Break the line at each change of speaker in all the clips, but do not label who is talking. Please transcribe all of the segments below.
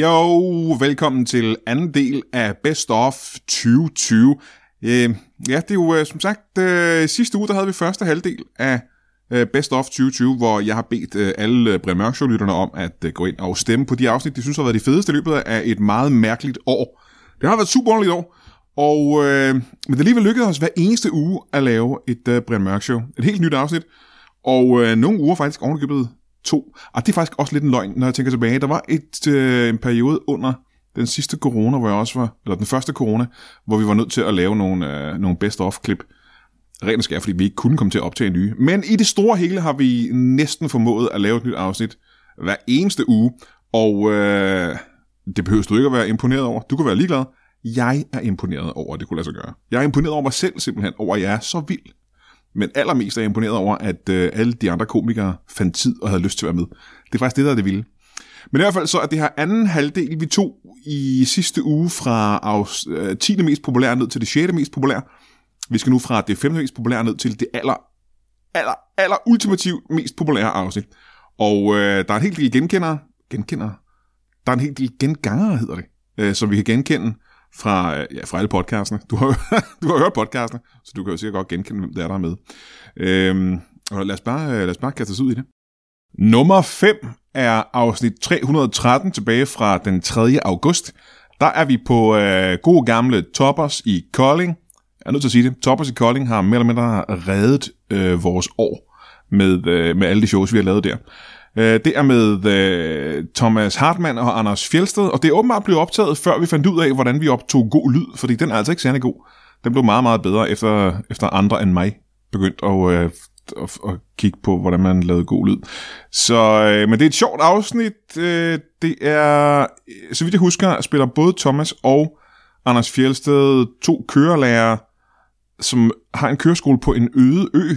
Jo, velkommen til anden del af Best of 2020. Øh, ja, det er jo øh, som sagt øh, sidste uge, der havde vi første halvdel af øh, Best of 2020, hvor jeg har bedt øh, alle øh, Brian Mørk Show-lytterne om at øh, gå ind og stemme på de afsnit, de synes har været de fedeste i løbet af et meget mærkeligt år. Det har været et super underligt år, og, øh, men det er alligevel lykkedes os hver eneste uge at lave et øh, Brian Mørk Show. Et helt nyt afsnit, og øh, nogle uger faktisk ovenikøbet to. Og det er faktisk også lidt en løgn, når jeg tænker tilbage. Der var et, øh, en periode under den sidste corona, hvor jeg også var, eller den første corona, hvor vi var nødt til at lave nogle, øh, nogle best-of-klip. Rent og skær, fordi vi ikke kunne komme til at optage nye. Men i det store hele har vi næsten formået at lave et nyt afsnit hver eneste uge. Og øh, det behøver du ikke at være imponeret over. Du kan være ligeglad. Jeg er imponeret over, at det kunne lade sig gøre. Jeg er imponeret over mig selv simpelthen, over at jeg er så vild men allermest er jeg imponeret over, at øh, alle de andre komikere fandt tid og havde lyst til at være med. Det er faktisk det, der er det vilde. Men i hvert fald så er det her anden halvdel, vi tog i sidste uge fra afs- øh, 10. mest populære ned til det 6. mest populære. Vi skal nu fra det 5. mest populære ned til det aller, aller, aller ultimativt mest populære afsnit. Og øh, der er en hel del genkendere, genkendere, der er en hel del gengangere, hedder det, øh, som vi kan genkende fra, øh, ja, fra alle podcastene. Du har, jo- du har hørt podcastene, så du kan jo sikkert godt genkende, hvem det er, der er med. Øhm, og lad os, bare, øh, lad os bare kaste os ud i det. Nummer 5 er afsnit 313 tilbage fra den 3. august. Der er vi på øh, gode gamle Toppers i Kolding. Jeg er nødt til at sige det. Toppers i Kolding har mere eller mindre reddet øh, vores år med, øh, med alle de shows, vi har lavet der. Øh, det er med øh, Thomas Hartmann og Anders Fjelsted, og det er åbenbart blevet optaget, før vi fandt ud af, hvordan vi optog god lyd, fordi den er altså ikke særlig god. Den blev meget, meget bedre, efter, efter andre end mig begyndte at, øh, at, at kigge på, hvordan man lavede god lyd. Så, øh, men det er et sjovt afsnit. Øh, det er, øh, så vidt jeg husker, spiller både Thomas og Anders Fjelsted to kørelærer, som har en køreskole på en øde ø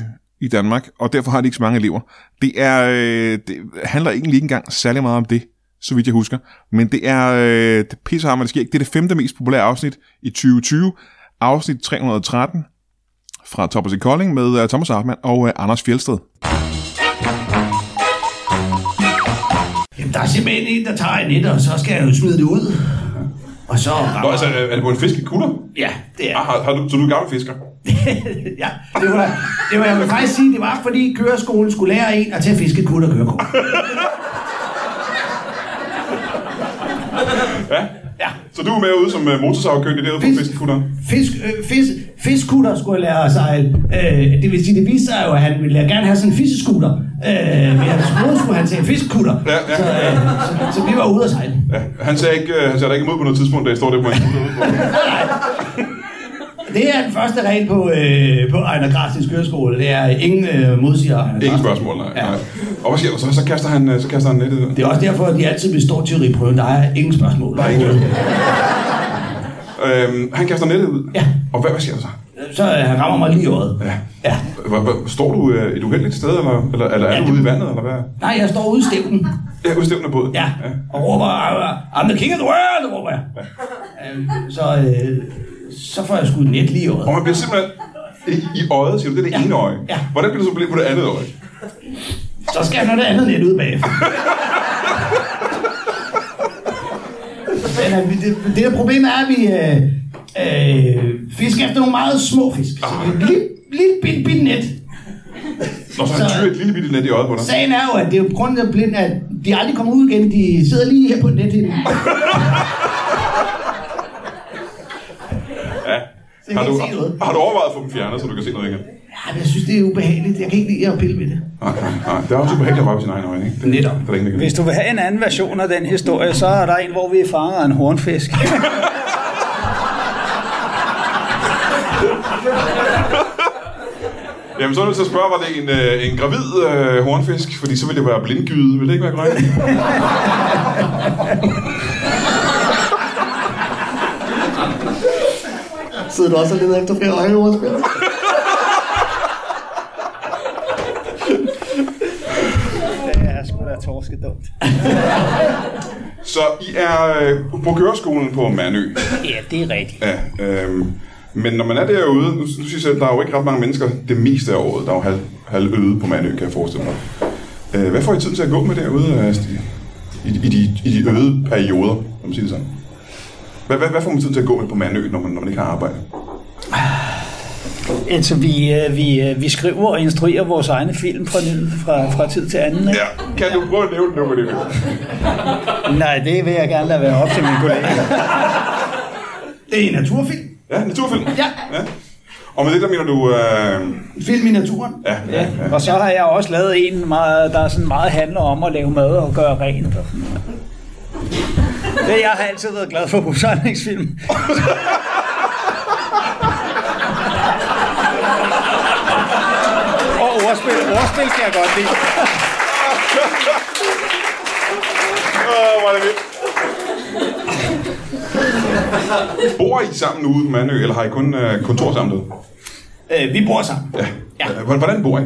i Danmark, og derfor har de ikke så mange elever. Det, er, øh, det handler egentlig ikke engang særlig meget om det, så vidt jeg husker. Men det er øh, det pisser ham, det sker ikke. Det er det femte mest populære afsnit i 2020. Afsnit 313 fra Toppers i Kolding med øh, Thomas Hartmann og øh, Anders Fjelsted.
Jamen, der er simpelthen en, der tager en etter, og så skal jeg jo smide det ud. Og så rammer...
Nå, altså, er er det på en fiskekutter?
Ja, det
Ah,
er...
har, har du, så du er gammel fisker?
ja, det var, det var, jeg vil faktisk sige, det var fordi køreskolen skulle lære en at tage fiskekut og kørekort.
Ja.
Ja.
Så du er med ude som uh, motorsavkyndig derude på
Fisk.
fiskekutteren?
Fisk, øh, fisk, fiskkutter skulle jeg lære at sejle. Øh, det vil sige, det viste sig jo, at han ville gerne have sådan en fiskeskutter. Øh, men jeg troede, skulle han tage en fiskkutter.
Ja, ja.
Så, øh, så, så, vi var ude at sejle.
Ja. Han sagde ikke, uh, han sagde der ikke imod på noget tidspunkt, da jeg står der på en skutter ude på.
Det er den første regel på, øh, på Ejner Gratis køreskole. Det er, ingen øh, modsiger Ejner
Ingen
Gratis.
spørgsmål, nej.
Ja.
nej. Og hvad sker der så? Så kaster han, øh, så kaster han nettet. ud.
Det er også derfor, at de altid består teoriprøven. Der er ingen spørgsmål.
Der er ingen øhm, han kaster nettet ud.
Ja.
Og hvad, hvad sker der så?
Så øh, han rammer mig lige i øjet.
Ja.
ja.
Hvor, hvor, står du øh, et uheldigt sted, eller, eller, eller er
Ja,
du
det-
ude i vandet, eller hvad?
Nej, jeg står ude i stævnen.
Ja, udstævnet båd.
Ja. Og råber, "Ah, I'm the king of the world, råber jeg. Øhm, Så, øh, så får jeg skudt net lige i
Og
øjet.
man bliver simpelthen i, i øjet, siger du, det er det
Ja.
ene øje.
Ja.
Hvordan bliver du så blind på det andet øje?
Så skal jeg have noget andet net ud bagefter. Men, øh, det, det der problem er, at vi øh, øh, fisker efter nogle meget små fisk. Så det er et lille, lille bit, bit net.
Nå, så han
Så-
tyrer et lille bitte net i øjet på dig.
Sagen er jo, at det er jo på grund af blind, at de aldrig kommer ud igen. De sidder lige her på nettet. Så jeg
Har
kan
du,
ikke se noget.
har du overvejet at få dem fjernet, så du kan se noget igen?
Ja, men jeg synes, det er ubehageligt. Jeg kan ikke lide at pille ved det.
Nej, nej, nej. Det er også ubehageligt at røre på sine egne øjne, ikke? Det,
Netop.
Det er der ingen, der
Hvis
kan.
du vil have en anden version af den historie, så er der en, hvor vi fanger en hornfisk.
Jamen, så er du nødt til at spørge, var det en, øh, en gravid øh, hornfisk? Fordi så ville det være blindgyde. Vil det ikke være grønt?
Sidder du også og leder efter flere øjeordspil?
det er sgu da torskedumt.
så I er øh, på køreskolen på Manø.
Ja, det er rigtigt.
Ja, øhm, men når man er derude, nu, nu siger jeg selv, der er jo ikke ret mange mennesker det meste af året. Der er jo halv, halv øde på Manø, kan jeg forestille mig. Øh, hvad får I tid til at gå med derude øh, i, i, de, i de øde perioder? man sige det sådan. Hvad, hvad, hvad får man tid til at gå med på Mandø, når man, når man ikke har arbejde?
Altså, vi, øh, vi, øh, vi skriver og instruerer vores egne film fra, fra, fra tid til anden. Ikke?
Ja, kan du prøve at nævne noget med det?
Nej, det vil jeg gerne lade være op til mine kollegaer.
Det er en naturfilm.
Ja, naturfilm. Ja. ja. Og med det, der mener du... Øh...
En film i naturen.
Ja, ja, ja.
Og så har jeg også lavet en, meget, der sådan meget handler om at lave mad og gøre rent. og sådan noget. Det, jeg har altid været glad for husholdningsfilm. og ordspil, ordspil kan jeg godt lide.
Åh, hvor er det vildt. Bor I sammen ude på Mandø, eller har I kun øh, kontor sammen derude?
Øh, vi bor sammen.
Ja. ja. Hvordan bor I?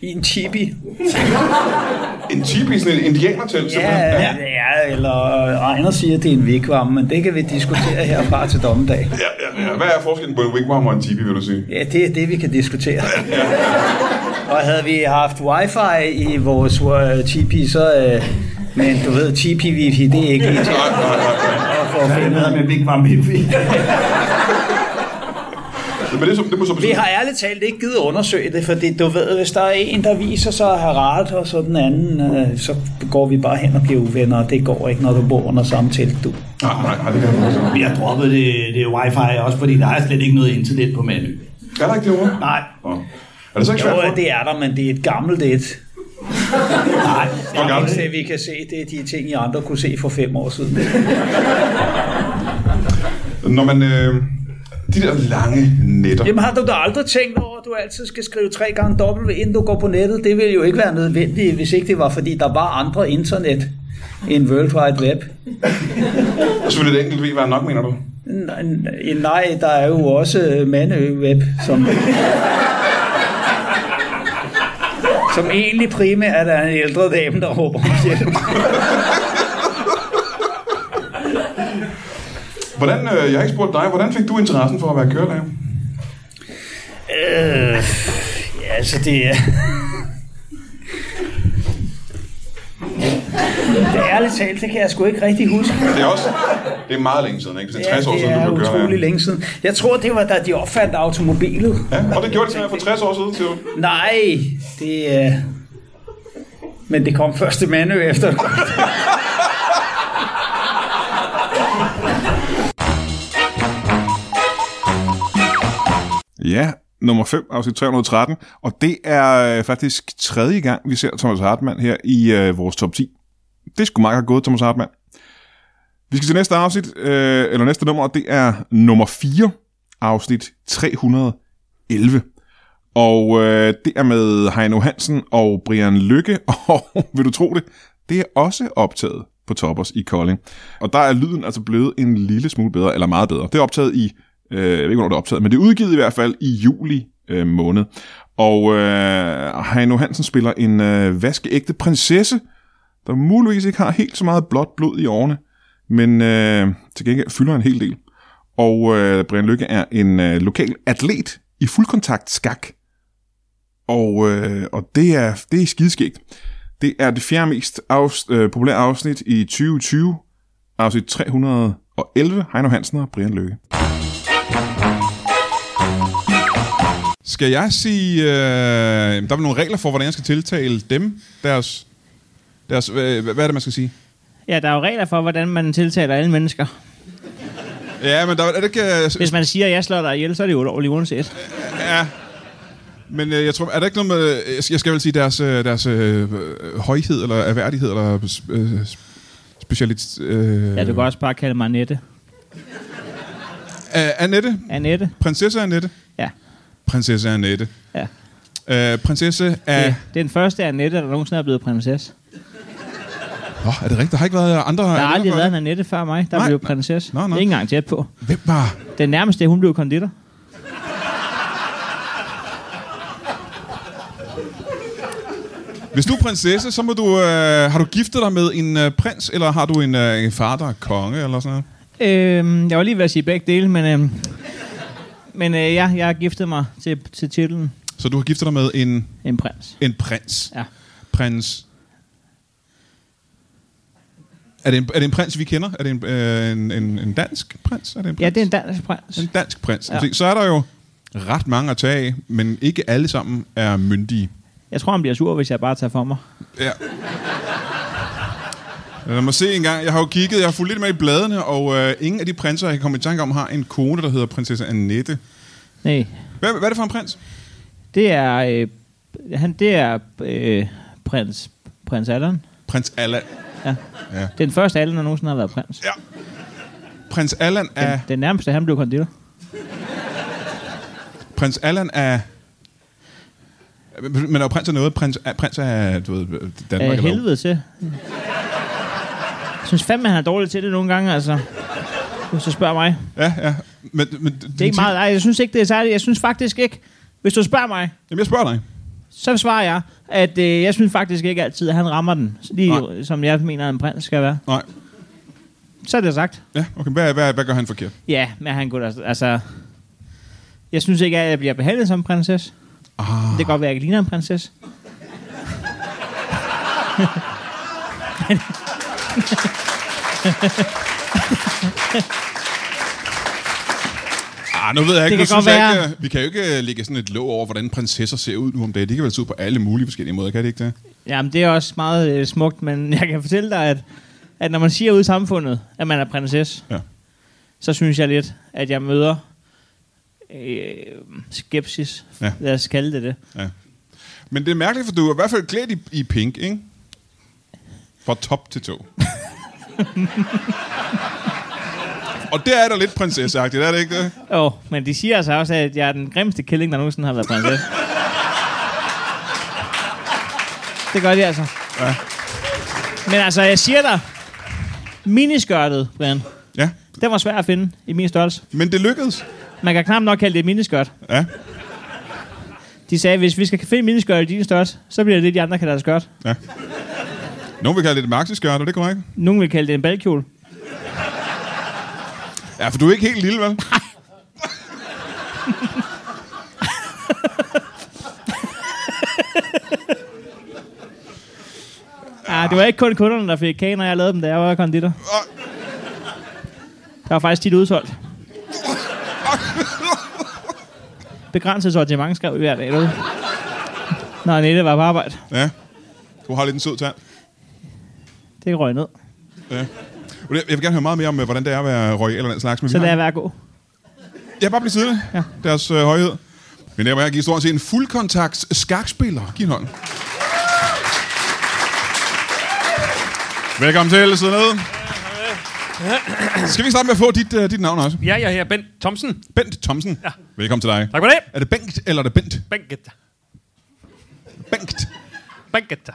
I en chibi.
En tipi, sådan en indianertelt,
Ja,
simpelthen?
ja, ja, eller Ejner siger, at det er en vikvarme, men det kan vi diskutere herfra til dommedag.
Ja, ja, ja. Hvad er forskellen på en wigwam og en tipi, vil du sige?
Ja, det er det, vi kan diskutere. Og havde vi haft wifi i vores uh, tipi, så... Uh, men du ved, tipi wifi, det er ikke lige til
Nej, nej, nej, nej.
at få
Jeg
fundet.
med, med Big Bang Biffy.
Men det, er så- det må så
Vi
betyde...
har ærligt talt ikke givet undersøge det, for det, du ved, hvis der er en, der viser sig at have ret, og så den anden, øh, så går vi bare hen og bliver uvenner, og det går ikke, når du bor under samme telt, du.
Nej, Ah, nej, nej, det kan jeg ikke. forstå.
Vi har droppet det, det wifi, også fordi der er slet ikke noget internet på Mandø.
Er der ikke det ord?
Nej,
Nå. Er det så ikke svært
Jo,
for?
det er der, men det er et gammelt et.
nej.
Hvor
Det
gammel?
eneste, vi kan se, det er de ting, I andre kunne se for fem år siden.
Når man... Øh, de der lange nætter.
Jamen har du da aldrig tænkt over, at du altid skal skrive tre gange dobbelt, inden du går på nettet? Det ville jo ikke være nødvendigt, hvis ikke det var, fordi der var andre internet end World Wide Web.
Så vil det enkelt ved være nok, mener du?
Nej, n- nej, der er jo også øh, Mandø-web, som... som egentlig primært er en ældre dame, der råber om hjælp.
Hvordan, øh, jeg har ikke spurgt dig, hvordan fik du interessen for at være kørelærer?
Øh, ja, altså det er... Det er ærligt talt, det kan jeg sgu ikke rigtig huske.
Det er også... Det er meget længe siden, ikke? Det er 60 år
det
siden, du
er
blev
utrolig
kørelærer.
længe siden. Jeg tror, det var da de opfandt automobilet.
Ja, og det gjorde det simpelthen for 60 år siden, siger du.
Nej, det er... Men det kom først til Mandø efter.
Ja, nummer 5, afsnit 313. Og det er øh, faktisk tredje gang, vi ser Thomas Hartmann her i øh, vores top 10. Det skulle meget have gået, Thomas Hartmann. Vi skal til næste afsnit, øh, eller næste nummer, og det er nummer 4, afsnit 311. Og øh, det er med Heino Hansen og Brian Lykke, og vil du tro det, det er også optaget på Toppers i Kolding. Og der er lyden altså blevet en lille smule bedre, eller meget bedre. Det er optaget i, øh, jeg ved ikke, hvornår det er optaget, men det er udgivet i hvert fald i juli øh, måned. Og øh, Heino Hansen spiller en øh, vaskeægte prinsesse, der muligvis ikke har helt så meget blåt blod i årene, men øh, til gengæld fylder en hel del. Og øh, Brian Lykke er en øh, lokal atlet i fuldkontakt skak. Og, øh, og det er, det er skideskægt. Det er det fjerde mest afs, øh, populære afsnit i 2020. Afsnit 311. Heino Hansen og Brian Lykke. Skal jeg sige... Øh, der er nogle regler for, hvordan jeg skal tiltale dem, deres... deres øh, hvad er det, man skal sige?
Ja, der er jo regler for, hvordan man tiltaler alle mennesker.
Ja, men der er det ikke... øh,
Hvis man siger, at jeg slår dig ihjel, så er det jo ulovligt uanset.
Ja. Men øh, jeg tror, er der ikke noget med, øh, jeg skal vel sige, deres, øh, deres øh, højhed, eller erhverdighed, eller øh, specialitet... Øh,
Ja, du kan også bare kalde mig Annette.
Øh, Annette.
Annette?
Prinsesse Annette.
Ja.
Prinsesse Annette.
ja.
Øh, prinsesse af...
Det, det er den første Annette, der nogensinde er blevet prinsesse.
Nå, er det rigtigt? Der har ikke været andre...
Der har aldrig været en Annette før mig, der
Nej,
blev
nej.
prinsesse.
Nå, nå.
Det er ikke engang tæt på.
Hvem var...
Den nærmeste, hun blev konditor.
Hvis du er prinsesse, så må du... Øh, har du giftet dig med en øh, prins, eller har du en, øh, en far, der er konge, eller sådan noget?
Øhm, jeg var lige ved at sige begge dele, men, øhm, men øh, ja, jeg har giftet mig til, til titlen
Så du har giftet dig med en,
en prins.
en prins.
Ja.
Prins... Er det en, er det en prins, vi kender? Er det en, øh, en, en, en dansk prins? Er det en prins?
Ja, det er en dansk prins.
en dansk prins.
Ja.
Ja. Så er der jo ret mange at tage af, men ikke alle sammen er myndige.
Jeg tror, han bliver sur, hvis jeg bare tager for mig.
Ja. Lad mig se en gang. Jeg har jo kigget, jeg har fulgt lidt med i bladene, og øh, ingen af de prinser, jeg kan komme i tanke om, har en kone, der hedder prinsesse Annette.
Nej,
Hvad, hvad er det for en prins?
det er... Øh, han, det er øh, prins, prins Allan.
Prins Allan.
Ja.
Ja.
Det er den første Allan, der nogensinde har været prins.
Ja. Prins Allan er...
Den nærmeste, han blev konditor.
Prins Allan er... Men der er jo prins af noget. Prins, er- prins af, du ved, Danmark.
Af
eller hvad?
helvede til. Jeg synes fandme, han er dårlig til det nogle gange, altså. Hvis du spørger mig.
Ja, ja. Men, men,
Det er ikke meget. Nej, jeg synes ikke, det er særligt. Jeg synes faktisk ikke, hvis du spørger mig,
Jamen, jeg spørger dig.
så svarer jeg, at øh, jeg synes faktisk ikke altid, at han rammer den, lige
Nej.
som jeg mener, en prins skal være.
Nej.
Så er det sagt.
Ja, okay. Hvad, hvad, hvad gør han forkert?
Ja, men han kunne da, altså... Jeg synes ikke, at jeg bliver behandlet som en prinsesse. Ah. Det kan godt være, at jeg ikke ligner en prinsesse.
Ah, nu ved jeg ikke. Det
Det kan
kan
godt
synes jeg
være.
ikke, øh, vi kan jo ikke øh, lægge sådan et låg over, hvordan prinsesser ser ud nu om dagen. De kan vel se ud på alle mulige forskellige måder, kan det ikke det?
Jamen, det er også meget øh, smukt, men jeg kan fortælle dig, at, at når man siger ud i samfundet, at man er prinsesse,
Ja.
så synes jeg lidt, at jeg møder øh, skepsis.
Ja.
Lad os kalde det det.
Men det er mærkeligt, for du er i hvert fald klædt i, i pink, ikke? Fra top til tå. Og der er der lidt prinsesseagtigt, er det ikke det?
Åh, oh, men de siger altså også, at jeg er den grimmeste killing, der nogensinde har været prinsesse. det gør de altså. Ja. Men altså, jeg siger dig, miniskørtet, Brian,
Ja,
den var svær at finde i min størrelse.
men det lykkedes.
Man kan knap nok kalde det et miniskørt.
Ja,
De sagde, at hvis vi skal finde en miniskørt i din størrelse, så bliver det det, de andre kalder det skørt.
ja. Nogen vil kalde det et maxi-skørt, er det korrekt?
Nogen vil kalde det en balkjole.
Ja, for du er ikke helt lille, vel?
Ah, det var ikke kun kunderne, der fik kage, når jeg lavede dem, da jeg var konditor. Der var faktisk tit udsolgt. Begrænset sortiment skrev vi hver dag, derude. Når Annette var på arbejde.
Ja. Du har lidt en sød tand.
Det røg ned.
Ja. Og det- Jeg vil gerne høre meget mere om, øh, hvordan det er at være royal eller den slags. Men vi
Så
har-
lader jeg være at gå.
Ja, bare bliv siddende. Ja. Deres øh, højhed. Men der var jeg give stort set en fuldkontakts skakspiller. Giv en hånd. Velkommen til. Sid ned. Skal vi starte med at få dit, øh, dit navn også?
Ja, jeg er Bent Thomsen.
Bent Thomsen. Ja. Velkommen til dig.
Tak for det.
Er det Bengt, eller er det Bent?
Banketta.
Bengt.
Banketta.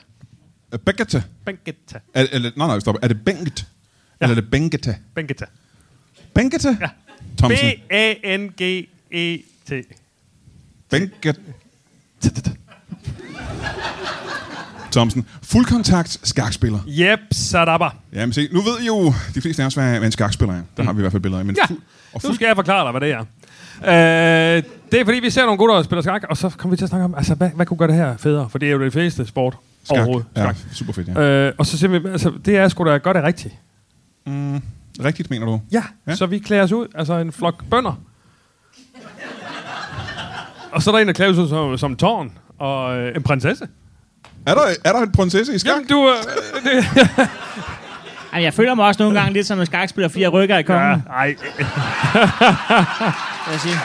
Øh, Bengete.
Banketta.
Er, eller, nej, nej, stop. Er det Bengt? Ja. Eller er det Bengete?
Banketta.
Bengete? Ja. Thomsen.
E B-A-N-G-E-T.
Bengt. Thomsen. Fuldkontakts skakspiller.
Jep, sadaba.
Jamen se, nu ved I jo de fleste af os, hvad hvad en skakspiller er. Der har vi i hvert fald billeder af. Men
Mm. Ja,
fu- og
nu
fuld,
skal jeg forklare dig, hvad det er. Øh, det er fordi, vi ser nogle gutter, der spiller skak, og så kommer vi til at snakke om, altså, hvad, hvad kunne gøre det her federe? For det er jo det fedeste sport skak. overhovedet.
Ja,
Skak.
super fedt, ja.
Øh, og så simpelthen, altså, det er sgu da godt det rigtigt.
Rigtigt, mener du?
Ja,
Ja.
ja, så vi klæder os ud, altså en flok bønder. og så er der en, der klæder sig ud som, som tårn og øh, en prinsesse.
Er der, er der en prinsesse i skak?
Jamen, du... Øh, det,
Ej, jeg føler mig også nogle gange lidt som en skakspiller, fordi jeg rykker i kongen.
ja,
Ja.
ej.
Vil jeg sige.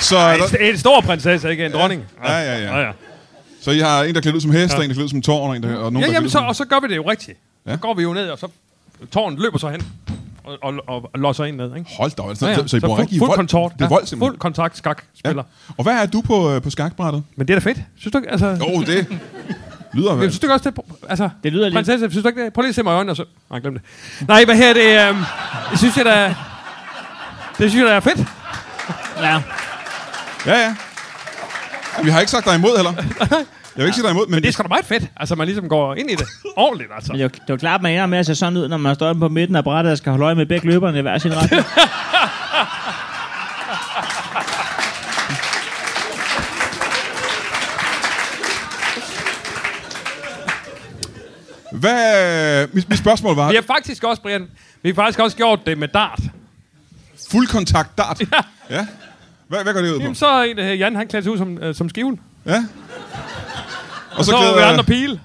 Så, er der,
En stor prinsesse, ikke en dronning.
Ja, ja, ja.
ja.
så I har en, der klædt ud som hest, ja. en, der klædt ud som tårn, og en, der, og nogen,
ja
der
jamen,
klædt
så,
ud som...
og så gør vi det jo rigtigt.
ligesom- Ja.
Så går vi jo ned, og så tårnet løber så hen og, og, og, og losser en ned, ikke?
Hold da, op, altså, ja, ja. så I bruger
fuld,
rigtig
fuld
vold.
kontakt.
Det er vold,
ja, fuld
simpelthen.
kontakt skak spiller. Ja.
Og hvad er du på, øh, på skakbrættet?
Men det er da fedt. Synes du ikke? Altså,
Jo, oh, det lyder
Jamen,
vel.
synes du ikke også, det er... Altså,
Det lyder lidt-
Prinsesse, synes du ikke det? Prøv lige at se mig i øjnene, og så... Nej, glem det. Nej, hvad her det... øhm, Jeg synes, jeg da... Det synes jeg da er fedt.
Ja.
Ja, ja. Jamen, Vi har ikke sagt dig imod heller. Jeg vil ikke sige dig imod, men,
Men det er sgu da meget fedt. Altså, man ligesom går ind i det. Ordentligt, altså.
Men det er jo- det er jo klart, at man ender med at se sådan ud, når man står på midten af brættet og skal holde øje med begge løberne i hver sin retning.
Hvad, mit, mit spørgsmål var,
Vi har faktisk også, Brian, vi har faktisk også gjort det med dart.
fuldkontakt dart.
Ja.
ja. Hvad, hvad går det ud på?
Jamen, så er en, der hedder Jan, han klædte sig ud som, øh, som skiven.
Ja. Og
Så, så
så,
var
glæder
vi
jeg...
andre pile.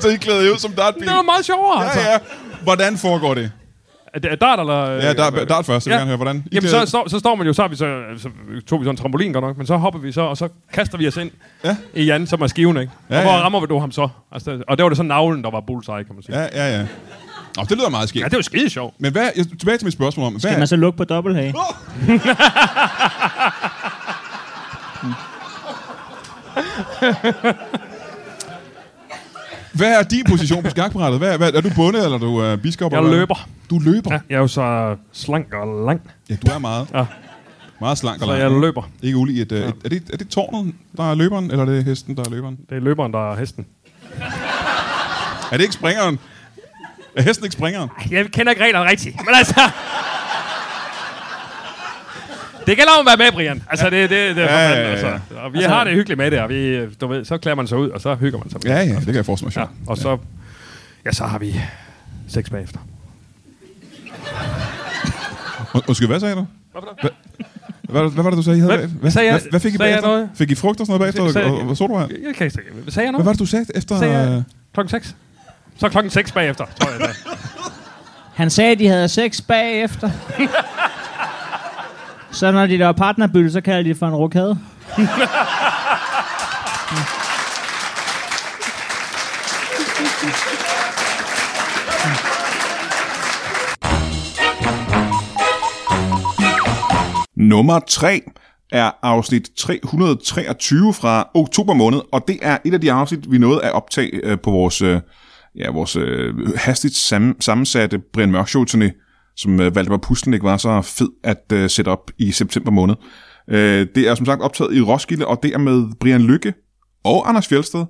så I klæder jer ud som dartbil.
Det var meget sjovere, altså.
Ja, ja. Hvordan foregår det?
Er det- er dart, eller... øh,
Ja, dart, dart først. Jeg vil
Ja.
gerne høre, hvordan. I
Jamen,
klæder-
så, så, så, står man jo, så, har vi så, så tog vi så en trampolin godt nok, men så hopper vi så, og så kaster vi os ind
Ja.
ja. i Jan, som er skiven, ikke?
Ja,
Ja, og hvor
ja.
rammer vi du ham så? Altså, og det var det så navlen, der var bullseye, kan man sige. Ja,
Ja, ja, ja. Nå, det lyder meget skægt.
ja det var skide sjovt.
Men hvad, jeg- tilbage til mit spørgsmål om, hvad,
Kan man så lukke på dobbelthage?
hvad er din position på skakbrættet? Hvad, hvad, er du bundet, eller er du øh, biskop?
Jeg
eller hvad?
løber.
Du løber?
Ja, jeg er jo så slank og lang,
ja du er meget.
Ja.
Meget slank og
så
lang.
jeg løber.
Ikke ulig et, øh, et, er, det, er det tårnet, der er løberen, eller er det hesten, der er løberen?
Det er løberen, der er hesten.
Er det ikke springeren? Er hesten ikke springeren?
Jeg kender ikke reglerne rigtigt, men altså... Det gælder om at være med, Brian. Altså, det, det, det er
Ja,
ja, ja,
ja, ja,
ja.
ja.
Altså. Og vi altså, har det hyggeligt med det, og vi, øh, du ved, så klæder man sig ud, og så hygger man sig. med
Ja,
det.
ja, det kan jeg forestille mig.
Ja,
sjovt.
og så, ja, så har vi sex bagefter.
Und- Undskyld, hvad sagde du? Hvad, hvad var det, du sagde, I havde
Hvad-
bag- hvad,
hvad sagde jeg?
Hvad, hvad fik I
Sagde jeg
bagefter?
noget?
Fik I frugt og sådan noget bagefter?
Sagde jeg-
Og, og, og sodavand?
Jeg kan ikke Hvad sagde jeg nu?
Hvad var det, du sagde efter?
Sagde
øh,
jeg klokken 6? Så klokken 6 bagefter, tror jeg. det er.
Han sagde, at de havde sex bagefter. så når de laver partnerbytte, så kalder de det for en rokade.
Nummer 3 er afsnit 323 fra oktober måned, og det er et af de afsnit, vi nåede at optage øh, på vores, øh, ja, vores øh, hastigt sam- sammensatte Brian Mørk Show turné, som øh, Valdemar Puslen ikke var så fed at øh, sætte op i september måned. Øh, det er som sagt optaget i Roskilde, og det er med Brian Lykke og Anders Fjeldsted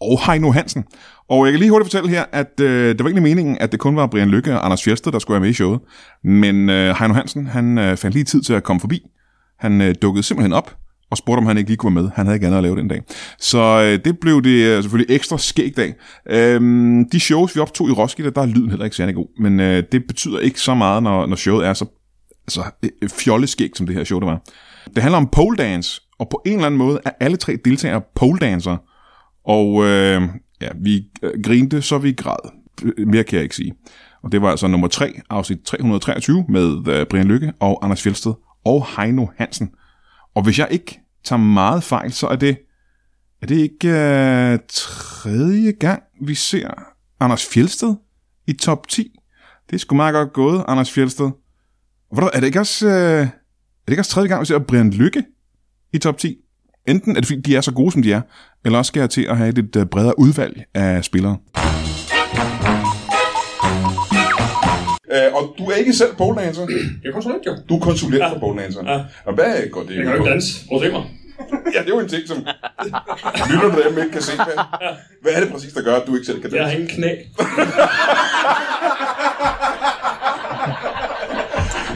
og Heino Hansen. Og jeg kan lige hurtigt fortælle her, at øh, det var egentlig meningen, at det kun var Brian Lykke og Anders Fjeldsted, der skulle være med i showet. Men øh, Heino Hansen, han øh, fandt lige tid til at komme forbi. Han øh, dukkede simpelthen op og spurgte, om han ikke lige kunne være med. Han havde ikke andet at lave den dag. Så øh, det blev det øh, selvfølgelig ekstra skæg dag. Øhm, de shows, vi optog i Roskilde, der er lyden heller ikke særlig god. Men øh, det betyder ikke så meget, når, når showet er så altså, øh, fjolleskæg, som det her show det var. Det handler om pole dance, og på en eller anden måde er alle tre deltagere pole dancere. Og øh, ja, vi øh, grinte, så vi græd. Øh, Mere kan jeg ikke sige. Og det var altså nummer 3, afsnit 323, med øh, Brian Lykke og Anders Fjeldsted og Heino Hansen. Og hvis jeg ikke tager meget fejl, så er det, er det ikke øh, tredje gang, vi ser Anders Fjeldsted i top 10. Det er sgu meget godt gået, Anders Fjeldsted. Og ved du hvad, er det ikke også, øh, er det ikke også tredje gang, vi ser Brian Lykke i top 10? Enten er det fordi, de er så gode, som de er, eller også skal jeg til at have et lidt øh, bredere udvalg af spillere.
Øh, og du er ikke selv pole dancer. Jeg er konsulent, jo. Du er konsulent ja. for pole dancer. Ja. Og hvad går det? Jeg kan jo ikke danse. Prøv at se mig. ja, det er jo en ting, som lytter du dem ikke kan se. Hvad, hvad er det præcis, der gør, at du ikke selv kan danse? Jeg har ingen knæ.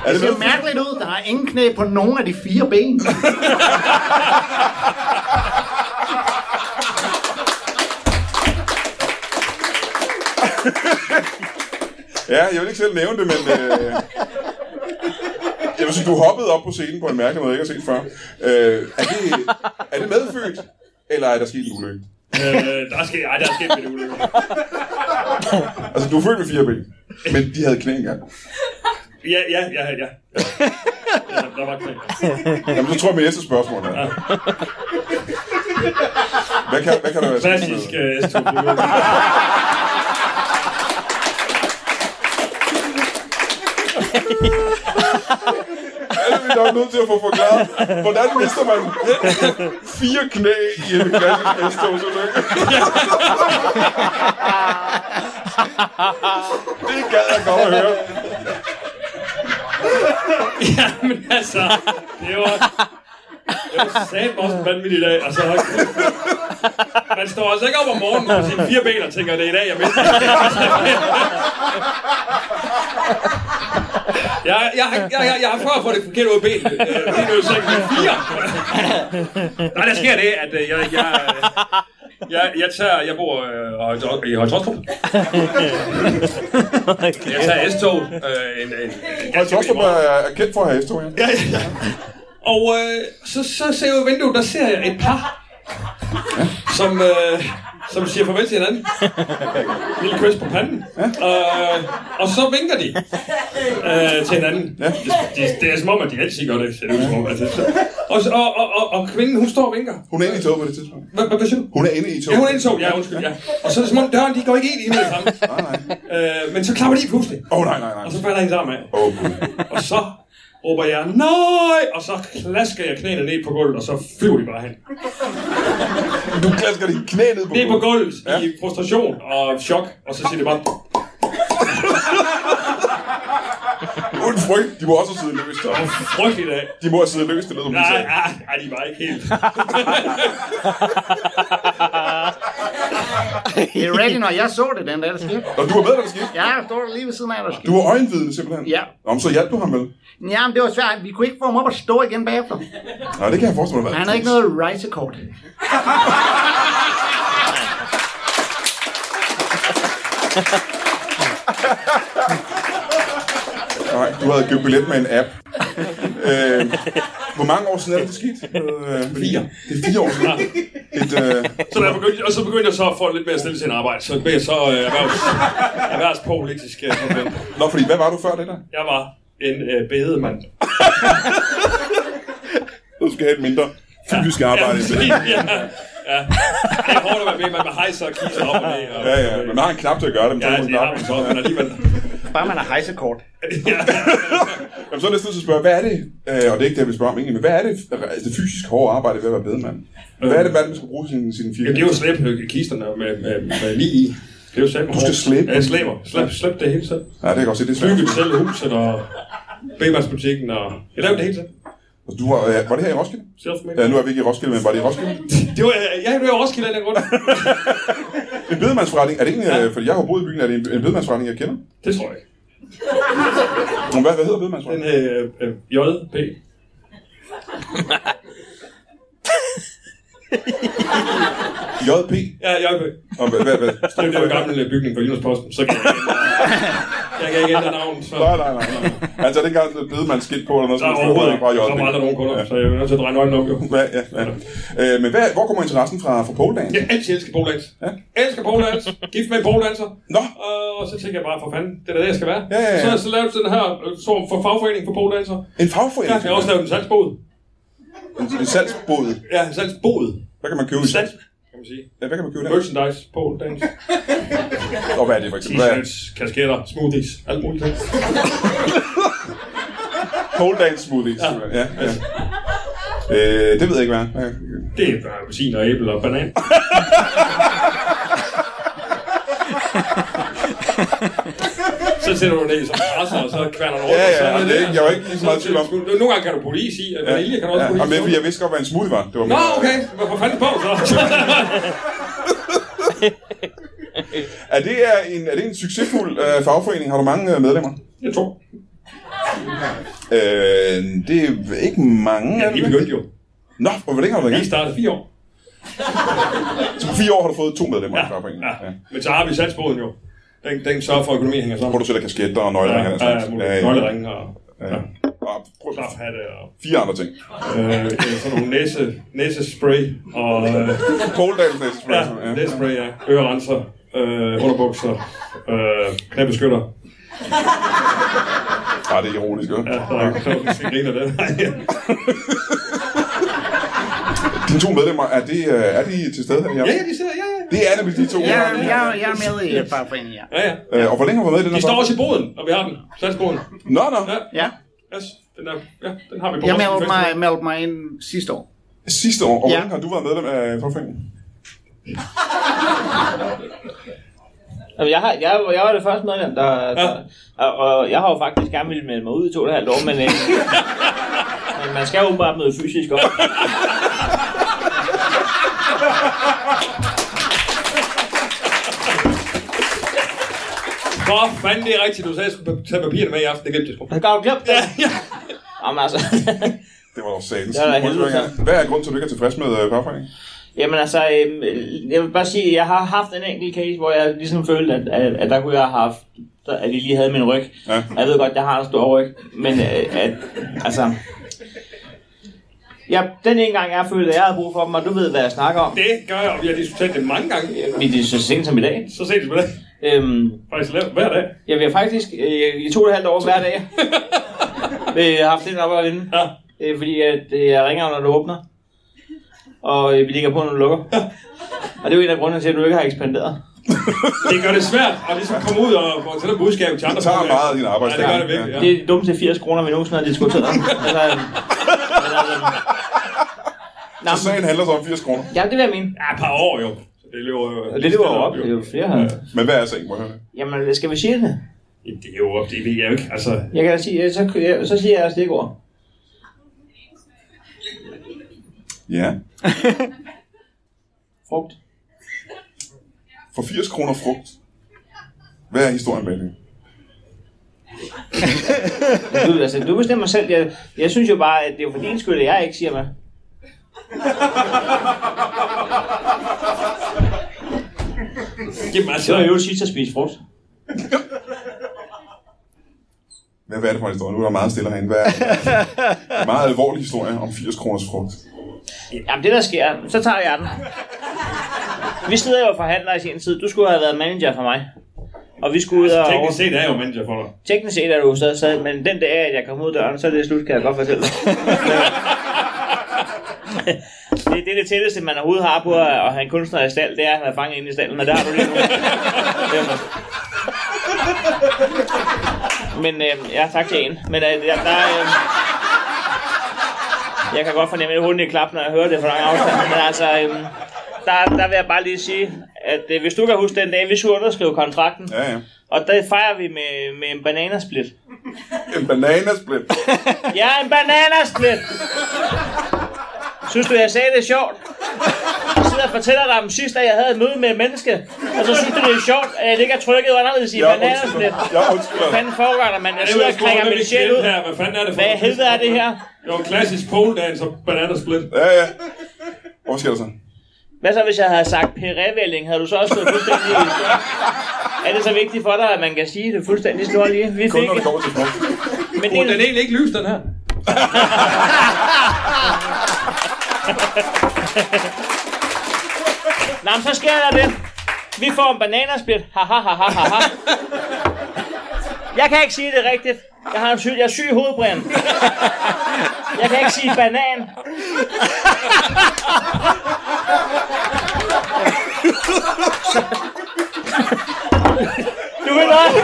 er det
Det ser
noget?
mærkeligt ud. Der er ingen knæ på nogen af de fire ben.
Ja, jeg vil ikke selv nævne det, men... Øh, jeg vil sige, du hoppede op på scenen på en mærkelig måde, jeg ikke har set før. Øh, er, det, er det medfødt, eller er der sket en ulykke?
Øh, der er sket, ej, der er sket en ulykke.
Altså, du er født med fire ben, men de havde knæ engang.
Ja, ja, ja, ja. ja der var knæ.
Jamen, så tror jeg, mit næste spørgsmål er. Hvad kan, hvad kan der være sket
Klassisk
med?
øh, S2.
Er det vi nok nødt til at få forklaret? Hvordan mister man fire knæ i en klassisk S-togsulykke? Det gad jeg godt at høre.
Jamen altså, det var... Det var satme også en vanvittig dag. Altså, hold kæft. man står altså ikke op om morgenen på sine fire ben og tænker, det er i dag, jeg mister det. Altså, Jeg, jeg, jeg, jeg, jeg har før fået det forkert ud af benet. Øh, Det er jo så ikke med fire. Nej, der sker det, at øh, jeg, jeg, øh, Jeg, jeg, tager, jeg bor øh, i Højtostrup. Jeg tager S-tog. Øh, en, en, en
Og Tostrup er, er kendt for at have S-tog, ja.
Ja, ja, ja. Og øh, så, så ser jeg ud af vinduet, der ser jeg et par, som, øh, som siger farvel til hinanden. Lille kys på panden. Og, og så vinker de øh, til hinanden. Det, det, det, er som om, at de altid gør det. Ser det ud, som om, altså, så, og, så- og, og, og, og, kvinden, hun står og vinker.
Hun er inde i toget på det tidspunkt.
Hvad, hvad, hvad siger du?
Hun er inde i
Ja,
toget.
hun er indtog, ja, undskyld, ja. Og så er det som om døren, de går ikke ind i med det samme. Øh, men så klapper de pludselig,
Åh, oh, nej, nej, nej.
og så falder hendes arm af.
Åh, gud.
Og så råber jeg, nej! Og så klasker jeg knæene ned på gulvet, og så flyver de bare hen.
Du klasker dine knæ ned på
Ned på
gulvet.
gulvet ja. i frustration og chok, og så siger det bare...
Uden frygt. De må også sidde løst.
"Åh, Frygteligt af.
De må have siddet løst, det lyder, som de
Nej,
sagde.
nej, nej, de var ikke helt.
Det er rigtigt, når jeg så det den dag, der skete.
Mhm.
Og du var med, da det skete.
Ja, jeg står der lige ved siden af, der
Du
skete.
var øjenvidende, simpelthen.
Ja.
Om så hjalp du ham vel?
Jamen, det var svært. Vi kunne ikke få ham op at stå igen bagefter.
Nej, det kan jeg forestille mig.
Han havde ikke noget rejsekort.
Nej, du havde købt billet med en app. øh, hvor mange år siden er det, det skete? Øh, fire. Det er fire år siden. Et, øh,
Så da jeg begyndte, og så begyndte jeg så at få lidt mere stille til en arbejde, så blev jeg så øh, erhvervs, erhvervspolitisk. øh, konsulent.
nå, fordi hvad var du før det der?
Jeg var en øh, bedemand.
Du skal have et mindre fysisk arbejde.
Ja,
Ja,
ja, ja. Det er hårdt at være med, man med hejser og kisser op og ned. Og,
ja, ja. Men man har en knap til at gøre det. men
Ja,
så er
det
det
har man så, men alligevel.
Bare man har rejsekort.
Jamen, så er det tid til at spørge, hvad er det, øh, og det er ikke det, jeg vil spørge om egentlig, men hvad er det, altså, det fysisk hårde arbejde ved at være bedemand? Hvad er det, hvad er det, man skal bruge sin, sin firkant?
Jamen, det er jo slæb kisterne med, med, med lige i. Det er jo sæt.
Du skal slæbe
Ja, jeg slæber. Slæb, slæb det hele selv.
Ja, det kan jeg godt se, det er
Bygge det
svært.
selv huset og bemandsbutikken og... Jeg lavede det hele selv.
Og Du var, øh, var det her i Roskilde? Ja,
Self-made.
nu er vi ikke i Roskilde, men var det i Roskilde?
Det var, jeg blev Roskilde af den grund.
En bedemandsforretning, er det egentlig, øh, fordi jeg har boet i byen, er det en, en bedemandsforretning, jeg kender?
Det tror jeg ikke.
Men Hvad, hvad hedder
Den
bedemandsforretningen?
øh, øh, JB.
JP.
Ja, JB.
Og hvad, hvad, hvad?
Det er jo den gamle bygning for Jyllandsposten, så kan jeg ikke jeg kan ikke ændre navnet. Så.
Nej, nej, nej. nej. Altså, det kan et bedemandsskilt på, eller noget, så
Der er
det skulle
overhovedet
overhovedet
ikke
ikke bare
Der var aldrig
JP.
nogen kunder, så jeg er nødt til at dreje nøglen op, jo.
Ja, ja, ja. Øh, men hvad, hvor kommer interessen fra, fra pole dance?
Jeg altid elsker poledans. Ja. Elsker poledans. Gift med en poledanser.
Nå.
Øh, Og så tænker jeg bare, for fanden, det er da det, jeg skal være.
Ja, ja, ja.
Så, så lavede den her øh, form for fagforening for poledanser.
En
Der
fagforening?
kan jeg også lave en salgsbod.
En, en salgsbod.
Ja, en salgsbod.
Hvad kan man købe? i-
Salgs, kan man sige.
Ja, hvad kan man købe der?
Merchandise, poledans,
Og hvad er det for eksempel? Hvad-
t-shirts, kasketter, smoothies, alt muligt.
Cold dance smoothies. Ja. ja, ja.
Altså.
Øh, det ved jeg ikke, hvad er. Ja.
Det er bare appelsin og æble og banan. så sætter du den ned som presser, og så kværner du rundt.
Ja, ja,
og så er
jamen, det er ikke- jeg var ikke lige så meget i tvivl om.
Nogle gange kan du putte is i, og vanilje kan du også
Ja,
putte is
og
i.
med, fordi jeg vidste godt, hvad en smoothie var. Det var
Nå,
mere-
okay. Hvor hvor fanden på så?
Er det, er en, er det en succesfuld øh, fagforening? Har du mange øh, medlemmer?
jeg tror.
Øh, det er ikke mange.
Ja,
er det
vi
vel?
begyndte jo.
Nå, hvor længe har du været i
Vi
gang?
startede fire år.
Så på fire år har du fået to medlemmer ja. i fagforeningen. Ja.
Ja.
Ja.
Men så har vi salgsboden jo. Den, den sørger for, at økonomien hænger
Hvor
sammen.
du sætter kasketter og nøgleringer.
Ja,
og den
ja,
slags.
ja, nøgleringen og
ja. Og prøv,
klaphatte og
fire andre ting.
øh, øh, sådan nogle næse, næsespray og øh,
Cold dance næste spørgsmål,
ja, næsespray, ja, ørerenser, øh, underbukser, øh, knæbeskytter.
ja. det er ironisk, jo.
Ja, der er ikke nogen, der skal grine af den.
Dine to medlemmer, er, det, øh, er de til stede her?
Ja, ja, de sidder, ja, ja.
Det er nemlig de to.
Ja,
medlemmer.
jeg, jeg er med i fagforeningen, ja.
Ja, ja.
Øh, og hvor længe har du været med i den
De
her fagforening?
står også i boden, og vi har den. Salgsboden.
Nå, nå.
Ja,
Ja.
yes, den, er, ja, den har vi på
Jeg
Roskilde
meldte mig,
Festival.
meldte mig ind sidste år.
Sidste år, og
Ja.
hvordan har du været medlem af fagforeningen?
Jamen, jeg, har, jeg, jeg var det første medlem, der, der og, og, jeg har jo faktisk gerne ville melde mig ud i to og et halvt år, men, øh, men man skal jo bare møde fysisk op.
For fanden, det er rigtigt, du sagde, at jeg skulle tage papirerne med i aften. Det glemte jeg sgu.
Har du glemt det? Ja. Jamen altså,
Det var jo satans.
Det er da helvede.
Hvad er grunden til, at du ikke er tilfreds med øh, fagforeningen?
Jamen altså, øhm, jeg vil bare sige, at jeg har haft en enkelt case, hvor jeg ligesom følte, at, at, at der kunne jeg have haft, at de lige havde min ryg.
Ja.
Jeg ved godt, jeg har en stor ryg, men øh, at, altså... Ja, den ene gang, jeg følte, at jeg havde brug for dem, og du ved, hvad jeg snakker om.
Det gør jeg, og vi har diskuteret det mange gange.
Vi det er så sent som i dag.
Så set vi det.
Øhm,
Faktisk lavet hver dag.
jeg vil faktisk øh, i to og et halvt år hver dag øh, har haft den op og vinde.
Ja.
Øh, fordi at, øh, jeg ringer, når du åbner. Og øh, vi ligger på, når du lukker. Og det er jo en af grundene til, at du ikke har ekspanderet.
Det gør det svært at ligesom komme ud og få til budskab til andre.
Det tager
folk, ja.
meget af din arbejdsdag.
Ja, det gør det virkelig, ja.
Det er de dummeste 80 kroner, vi nogensinde har diskuteret. altså, øh, men altså, Nå,
Så sagen handler så om 80 kroner.
ja, det vil jeg mene.
Ja, et par år jo. Så det løber jo.
Og det løber jo op. Det er jo flere her.
Men hvad er sagen, må jeg høre?
Jamen, skal vi sige det?
Jamen, Det er jo op, det ved jeg jo ikke. Altså,
Jeg kan da sige, så, så siger jeg stikord.
Ja.
Frugt.
For 80 kroner frugt. Hvad er historien bag det?
Du, altså, du bestemmer selv. Jeg, jeg synes jo bare, at det er jo for din skyld, at jeg ikke siger mig.
jamen
Det
altså,
var jo sidst at spise frugt.
Hvad hvad er det for en historie? Nu er der meget stille herinde. Hvad er en meget alvorlig historie om 80 kroners frugt?
Jamen det der sker, så tager jeg den. Vi sidder jo og forhandler i sin tid. Du skulle have været manager for mig. Og vi skulle ud og...
teknisk set er jeg jo manager for dig.
Teknisk set er du jo stadig sad, men den dag, at jeg kom ud døren, så er det slut, kan jeg godt fortælle dig. det, det er det tætteste, man overhovedet har på at, at have en kunstner i stald, det er at han er fanget inde i stallen, men der har du lige nu. men øh, ja, tak til en. Men øh, der, der øh, jeg kan godt fornemme, at hunden i klap, når jeg hører det fra lang afstand. Men altså, øh, der, der vil jeg bare lige sige, at øh, hvis du kan huske den dag, vi skulle underskrive kontrakten,
Ja, ja.
og der fejrer vi med, med en bananasplit.
En bananasplit.
Ja, en bananasplit! Synes du, jeg sagde det er sjovt? Jeg sidder og fortæller dig om sidst, at jeg havde et møde med et menneske, og så synes du, det er sjovt, at jeg ikke har trykket anderledes i
Jeg
bananasplit.
undskylder. Jeg undskylder.
Hvad fanden foregår der, mand? Jeg
Det
sidder og
sgu
krænger
underligt
min sjæl
split
ud.
Her. Hvad fanden er det for
Hvad i helvede er det her?
Det var en klassisk pole dance og bananasplit.
Ja, ja. Hvor sker der så?
Hvad så, hvis jeg havde sagt perevælling? Havde du så også stået fuldstændig i stedet? Er det så vigtigt for dig, at man kan sige det fuldstændig stort lige? Vi
Kun
fik
når det kommer til frugt.
men
Burde den egentlig ikke lyse, den her?
Nå, men så sker der det. Vi får en bananasplit. Ha, ha, ha, ha, ha, ha. Jeg kan ikke sige det rigtigt. Jeg har en syg, jeg er syg i hovedbrænden. Jeg kan ikke sige banan. Du vil også...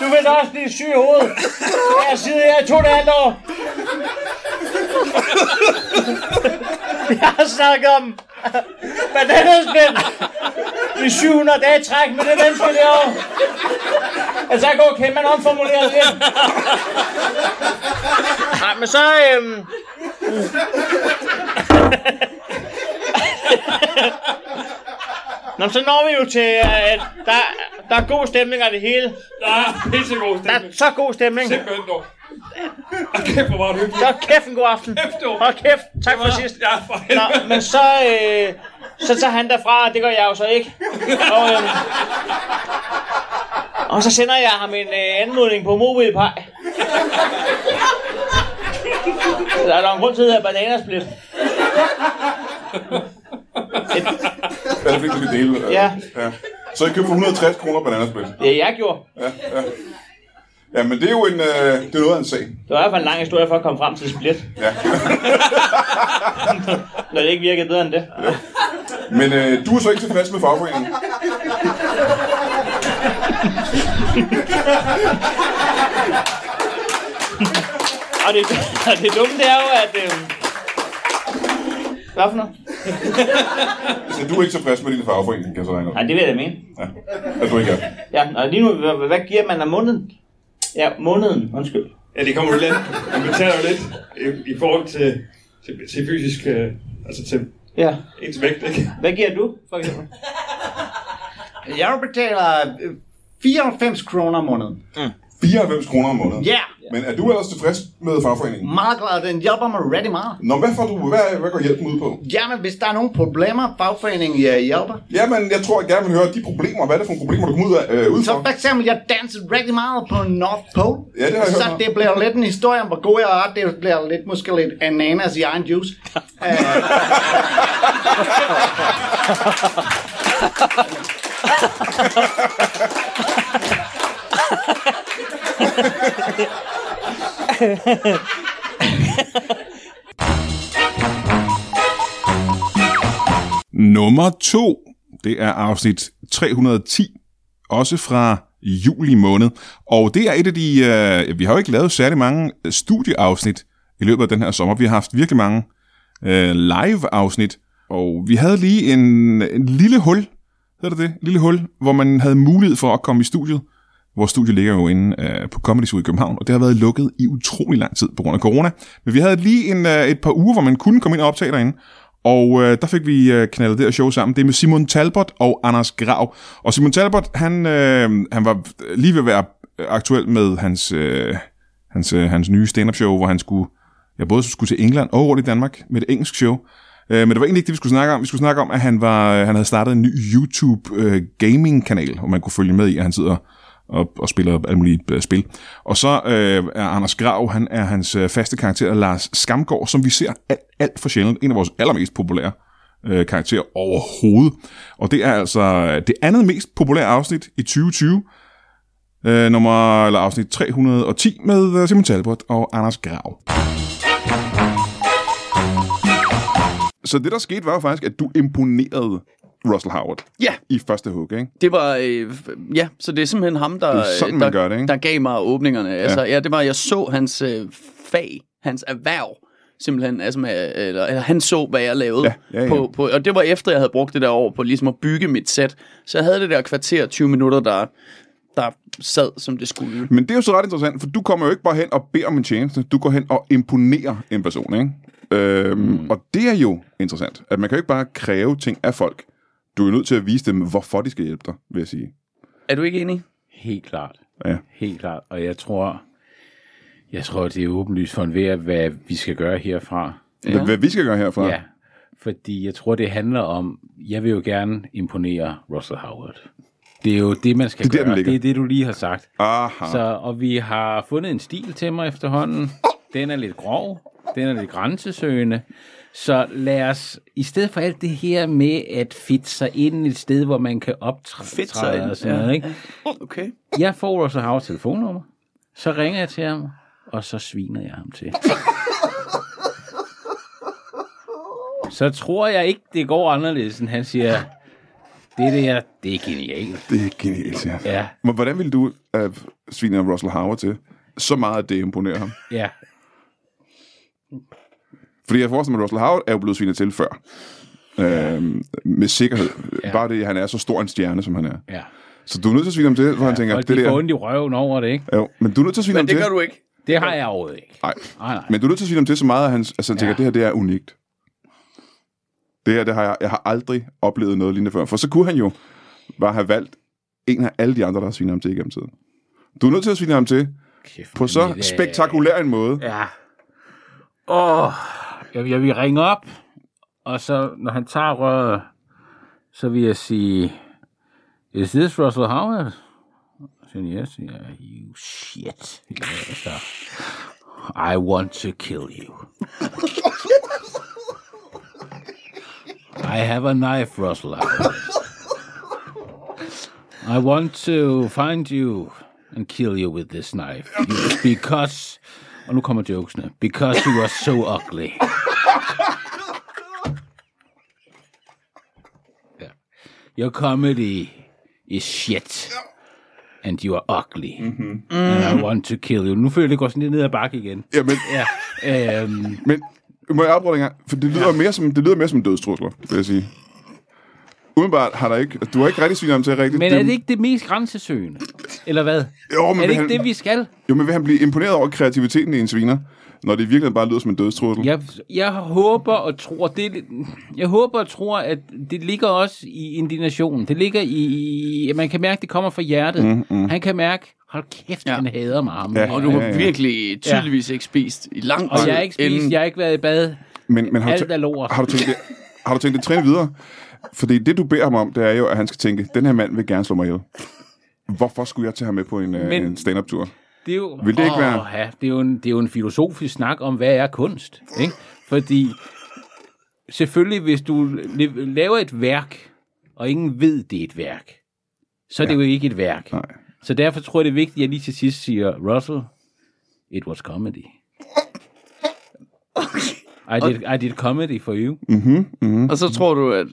Du vil også blive syg i hovedet. Jeg sidder her i to og et halvt år. Jeg har snakket om bananaspil i 700 dage i træk med det menneske derovre. Altså, jeg går okay, man omformulerer det. Nej, men så... Øhm... Nå, men så når vi jo til, øh, at der, der er god stemning og det hele.
Nej, pisse god
Der
stemning.
er så god stemning.
Simpelthen dog. Og kæft, hvor var det hyggeligt.
Så kæft en god aften.
Kæft, du.
Hold kæft. Tak for sidst.
Ja, for
Nå,
helvede.
men så, øh, så tager han derfra, og det gør jeg jo så ikke. Og, øh, og så sender jeg ham en øh, anmodning på MobilePay. Der er der en grund til, at det hedder Bananasplit. Et,
Ja, det fik du dele. øh,
Ja.
ja. Så I købte for 160 kroner bananasplit.
det jeg gjorde.
Ja, ja. Ja, men det er jo en, øh, det er noget af en sag.
Det var i hvert fald en lang historie for at komme frem til split.
Ja.
Når det ikke virkede bedre end det.
Men øh, du er så ikke tilfreds med fagforeningen.
Og det, og det dumme, det er jo, at... Øh, hvad for noget?
Så Altså, du er ikke tilfreds med din fagforening, kan jeg så regne ud.
Nej, det vil jeg da mene.
Ja. Altså, du ikke er.
Ja, og lige nu, hvad, hvad giver man af måneden? Ja, måneden, undskyld.
Ja, det kommer jo lidt. Man betaler jo lidt i, i forhold til, til, til fysisk... Øh, altså til
Ja.
ens vægt, ikke?
Hvad giver du, for eksempel?
Jeg betaler øh, 94 kroner om måneden.
94 kroner om måneden.
Ja,
Men er du ellers tilfreds med fagforeningen?
Meget glad, den hjælper mig rigtig meget.
Nå, hvad, får du, hvad, hvad går hjælpen ud på?
Jamen, hvis der er nogle problemer, fagforeningen ja, hjælper.
Jamen, jeg tror, jeg gerne vil høre de problemer. Hvad er det for nogle problemer, du kommer ud af? Øh, ud
Så
for?
for eksempel, jeg dansede rigtig meget på North Pole.
Ja, det har jeg hørt
så
om.
det bliver lidt en historie om, hvor god jeg er. Det bliver lidt, måske lidt ananas i egen juice. Øh,
Nummer to, det er afsnit 310, også fra juli måned. Og det er et af de, øh, vi har jo ikke lavet særlig mange studieafsnit i løbet af den her sommer. Vi har haft virkelig mange øh, live-afsnit, og vi havde lige en, en lille hul, hedder det det? Lille hul, hvor man havde mulighed for at komme i studiet. Vores studie ligger jo inde øh, på Comedy Zoo i København, og det har været lukket i utrolig lang tid på grund af corona. Men vi havde lige en, øh, et par uger, hvor man kunne komme ind og optage derinde, og øh, der fik vi øh, knaldet det her show sammen. Det er med Simon Talbot og Anders Grav. Og Simon Talbot, han, øh, han var lige ved at være aktuel med hans, øh, hans, øh, hans nye stand-up show, hvor han skulle, ja, både skulle til England og rundt i Danmark med et engelsk show. Øh, men det var egentlig ikke det, vi skulle snakke om. Vi skulle snakke om, at han, var, øh, han havde startet en ny YouTube-gaming-kanal, hvor man kunne følge med i, at han sidder og, og spiller alle mulige øh, spil. Og så øh, er Anders Grav, han er hans øh, faste karakter, Lars Skamgaard, som vi ser alt, alt for sjældent. En af vores allermest populære øh, karakterer overhovedet. Og det er altså det andet mest populære afsnit i 2020, øh, nummer, eller afsnit 310 med øh, Simon Talbot og Anders Grav. Så det, der skete, var jo faktisk, at du imponerede Russell Howard
Ja.
i første hug, ikke?
Det var, øh, ja, så det er simpelthen ham, der,
Det er sådan,
øh,
man
der,
gør det, ikke?
der gav mig åbningerne. Ja. Altså, ja, det var, jeg så hans øh, fag, hans erhverv, simpelthen, altså med, eller, eller han så, hvad jeg lavede.
Ja, ja, ja.
På, på, og det var efter, jeg havde brugt det der år på ligesom at bygge mit sæt. Så jeg havde det der kvarter 20 minutter, der, der sad, som det skulle.
Men det er jo så ret interessant, for du kommer jo ikke bare hen og beder om en tjeneste. Du går hen og imponerer en person, ikke? Øhm, mm. Og det er jo interessant, at man kan jo ikke bare kræve ting af folk. Du er nødt til at vise dem, hvorfor de skal hjælpe dig, vil jeg sige.
Er du ikke enig?
Helt klart.
Ja.
Helt klart. Og jeg tror, jeg tror, det er åbenlyst for enhver, hvad vi skal gøre herfra.
Ja. Hvad vi skal gøre herfra.
Ja. Fordi jeg tror, det handler om, jeg vil jo gerne imponere Russell Howard. Det er jo det, man skal
Det er der, den
gøre.
ligger.
det er det, du lige har sagt.
Aha. Så.
Så, og vi har fundet en stil til mig efterhånden. Den er lidt grov. Den er lidt grænsesøgende. Så lad os, i stedet for alt det her med at fedte sig ind et sted, hvor man kan
Fedte sig ind,
optræde og sådan
ja.
noget, ikke?
Okay.
Jeg får Russell Howards telefonnummer, så ringer jeg til ham, og så sviner jeg ham til. Så tror jeg ikke, det går anderledes, end han siger, det der, det er genialt.
Det er genialt, ja.
Ja,
Men hvordan ville du øh, svine Russell Howard til? Så meget, at det imponerer ham.
ja.
Fordi jeg forestiller mig, at Russell Howard er jo blevet svinet til før. Øhm, med sikkerhed. Ja.
Ja.
Bare det, at han er så stor en stjerne, som han er.
ja.
Så du er nødt til at svine ham til, for ja, han tænker,
Folk
det
de får
der...
ondt i røven over det, ikke?
Jo, men du er nødt til at svine ham
Men
til.
det gør du ikke.
Det har jeg overhovedet ikke.
Nej.
Nej, nej.
Men du er nødt til at sige dem til så meget, at han, altså, han tænker, ja.
Ja.
det her det er unikt. Det her, det har jeg, jeg har aldrig oplevet noget lignende før. For så kunne han jo bare have valgt en af alle de andre, der har svinet ham til igennem tiden. Du er nødt til at svine ham til
Kæft,
på så
men det er-
spektakulær en måde.
Ja. Åh, jeg, jeg vil ringe op, og så når han tager røret, så vil jeg sige, Is this Russell Howard? Så siger han, yes. Yeah, you shit. Ja, så, I want to kill you. I have a knife, Russell Howard. I want to find you and kill you with this knife. You- Because... Og nu kommer jokesene. Because you are so ugly. Ja. Your comedy is shit. And you are ugly. Mm-hmm. And I want to kill you. Nu føler jeg, det går sådan lidt ned ad bakke igen.
Ja, men,
Ja. Øhm,
men må jeg afbryde en gang? For det lyder, ja. mere som, det lyder mere som dødstrusler, vil jeg sige. Udenbart har der ikke... Du har ikke rigtig svinet ham til rigtigt.
men er det ikke det mest grænsesøgende? Eller hvad?
Jo, men
er det
vil
ikke
han-
det, vi skal?
Jo, men vil han blive imponeret over kreativiteten i en sviner, når det virkelig bare lyder som en dødstrussel?
Jeg, jeg håber og tror, det, jeg håber og tror, at det ligger også i indignationen. Det ligger i, i at man kan mærke, at det kommer fra hjertet. Mm, mm. Han kan mærke, Hold kæft, ja. han hader mig ham.
Ja, og du har ja, ja. virkelig tydeligvis ikke spist i lang tid.
Og jeg har ikke spist,
inden-
jeg har ikke været i bad.
Men, men har, du
Alt er
tænkt,
lort.
har, du tænkt, det- har du tænkt det trin videre? Fordi det, du beder ham om, det er jo, at han skal tænke, den her mand vil gerne slå mig ihjel. Hvorfor skulle jeg tage ham med på en, men,
Men-
en stand-up-tur?
Det er jo,
Vil det ikke være-
Åh, Ja, det, er jo en, det er jo en filosofisk snak om, hvad er kunst? Ikke? Fordi selvfølgelig, hvis du la- laver et værk, og ingen ved, det er et værk, så er det jo ikke et værk.
Nej.
Så derfor tror jeg, det er vigtigt, at jeg lige til sidst siger, Russell, it was comedy. I did, I did comedy for you.
Mm-hmm, mm-hmm.
Og så tror du, at...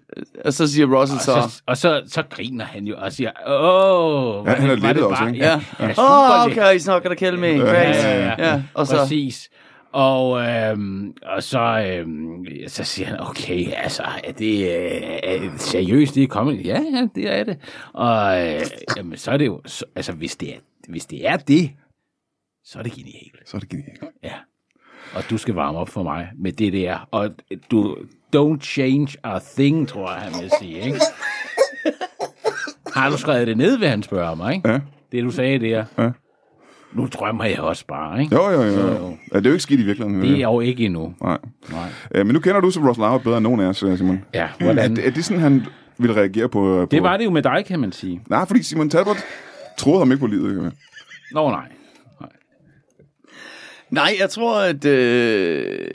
Og så siger Russell
Og
så...
så, og så, så griner han jo og siger, åh,
Ja, han er lettet også, ikke?
Ja.
Ja.
Oh, okay, he's not gonna kill me. Great.
Ja, ja, ja. ja
og så...
Præcis. Og, øhm, og så, øhm, så siger han, okay, altså, er det øh, er, seriøst, det er kommet? Ja, ja, det er det. Og øh, jamen, så er det jo, så, altså, hvis det, er, hvis det er det, så er det genialt.
Så er det genialt.
Ja. Og du skal varme op for mig med det der. Og du, don't change a thing, tror jeg, han vil sige, ikke? Har du skrevet det ned, vil han spørge mig, ikke?
Ja.
Det, du sagde der.
Ja.
Nu drømmer jeg også bare, ikke?
Jo, jo, jo.
Så-
jo. Ja, det er jo ikke skidt i virkeligheden.
det er jo ikke endnu.
Nej.
Nej.
Øh, men nu kender du så Ross Lauer bedre end nogen af os, øh, Simon.
Ja, hvordan?
Er, det- er det sådan, han ville reagere på... på...
Det var det jo med dig, kan man sige.
Nej, fordi Simon Talbot troede ham ikke på livet. Ikke?
Nå, nej.
Nej, jeg tror, at... Øh,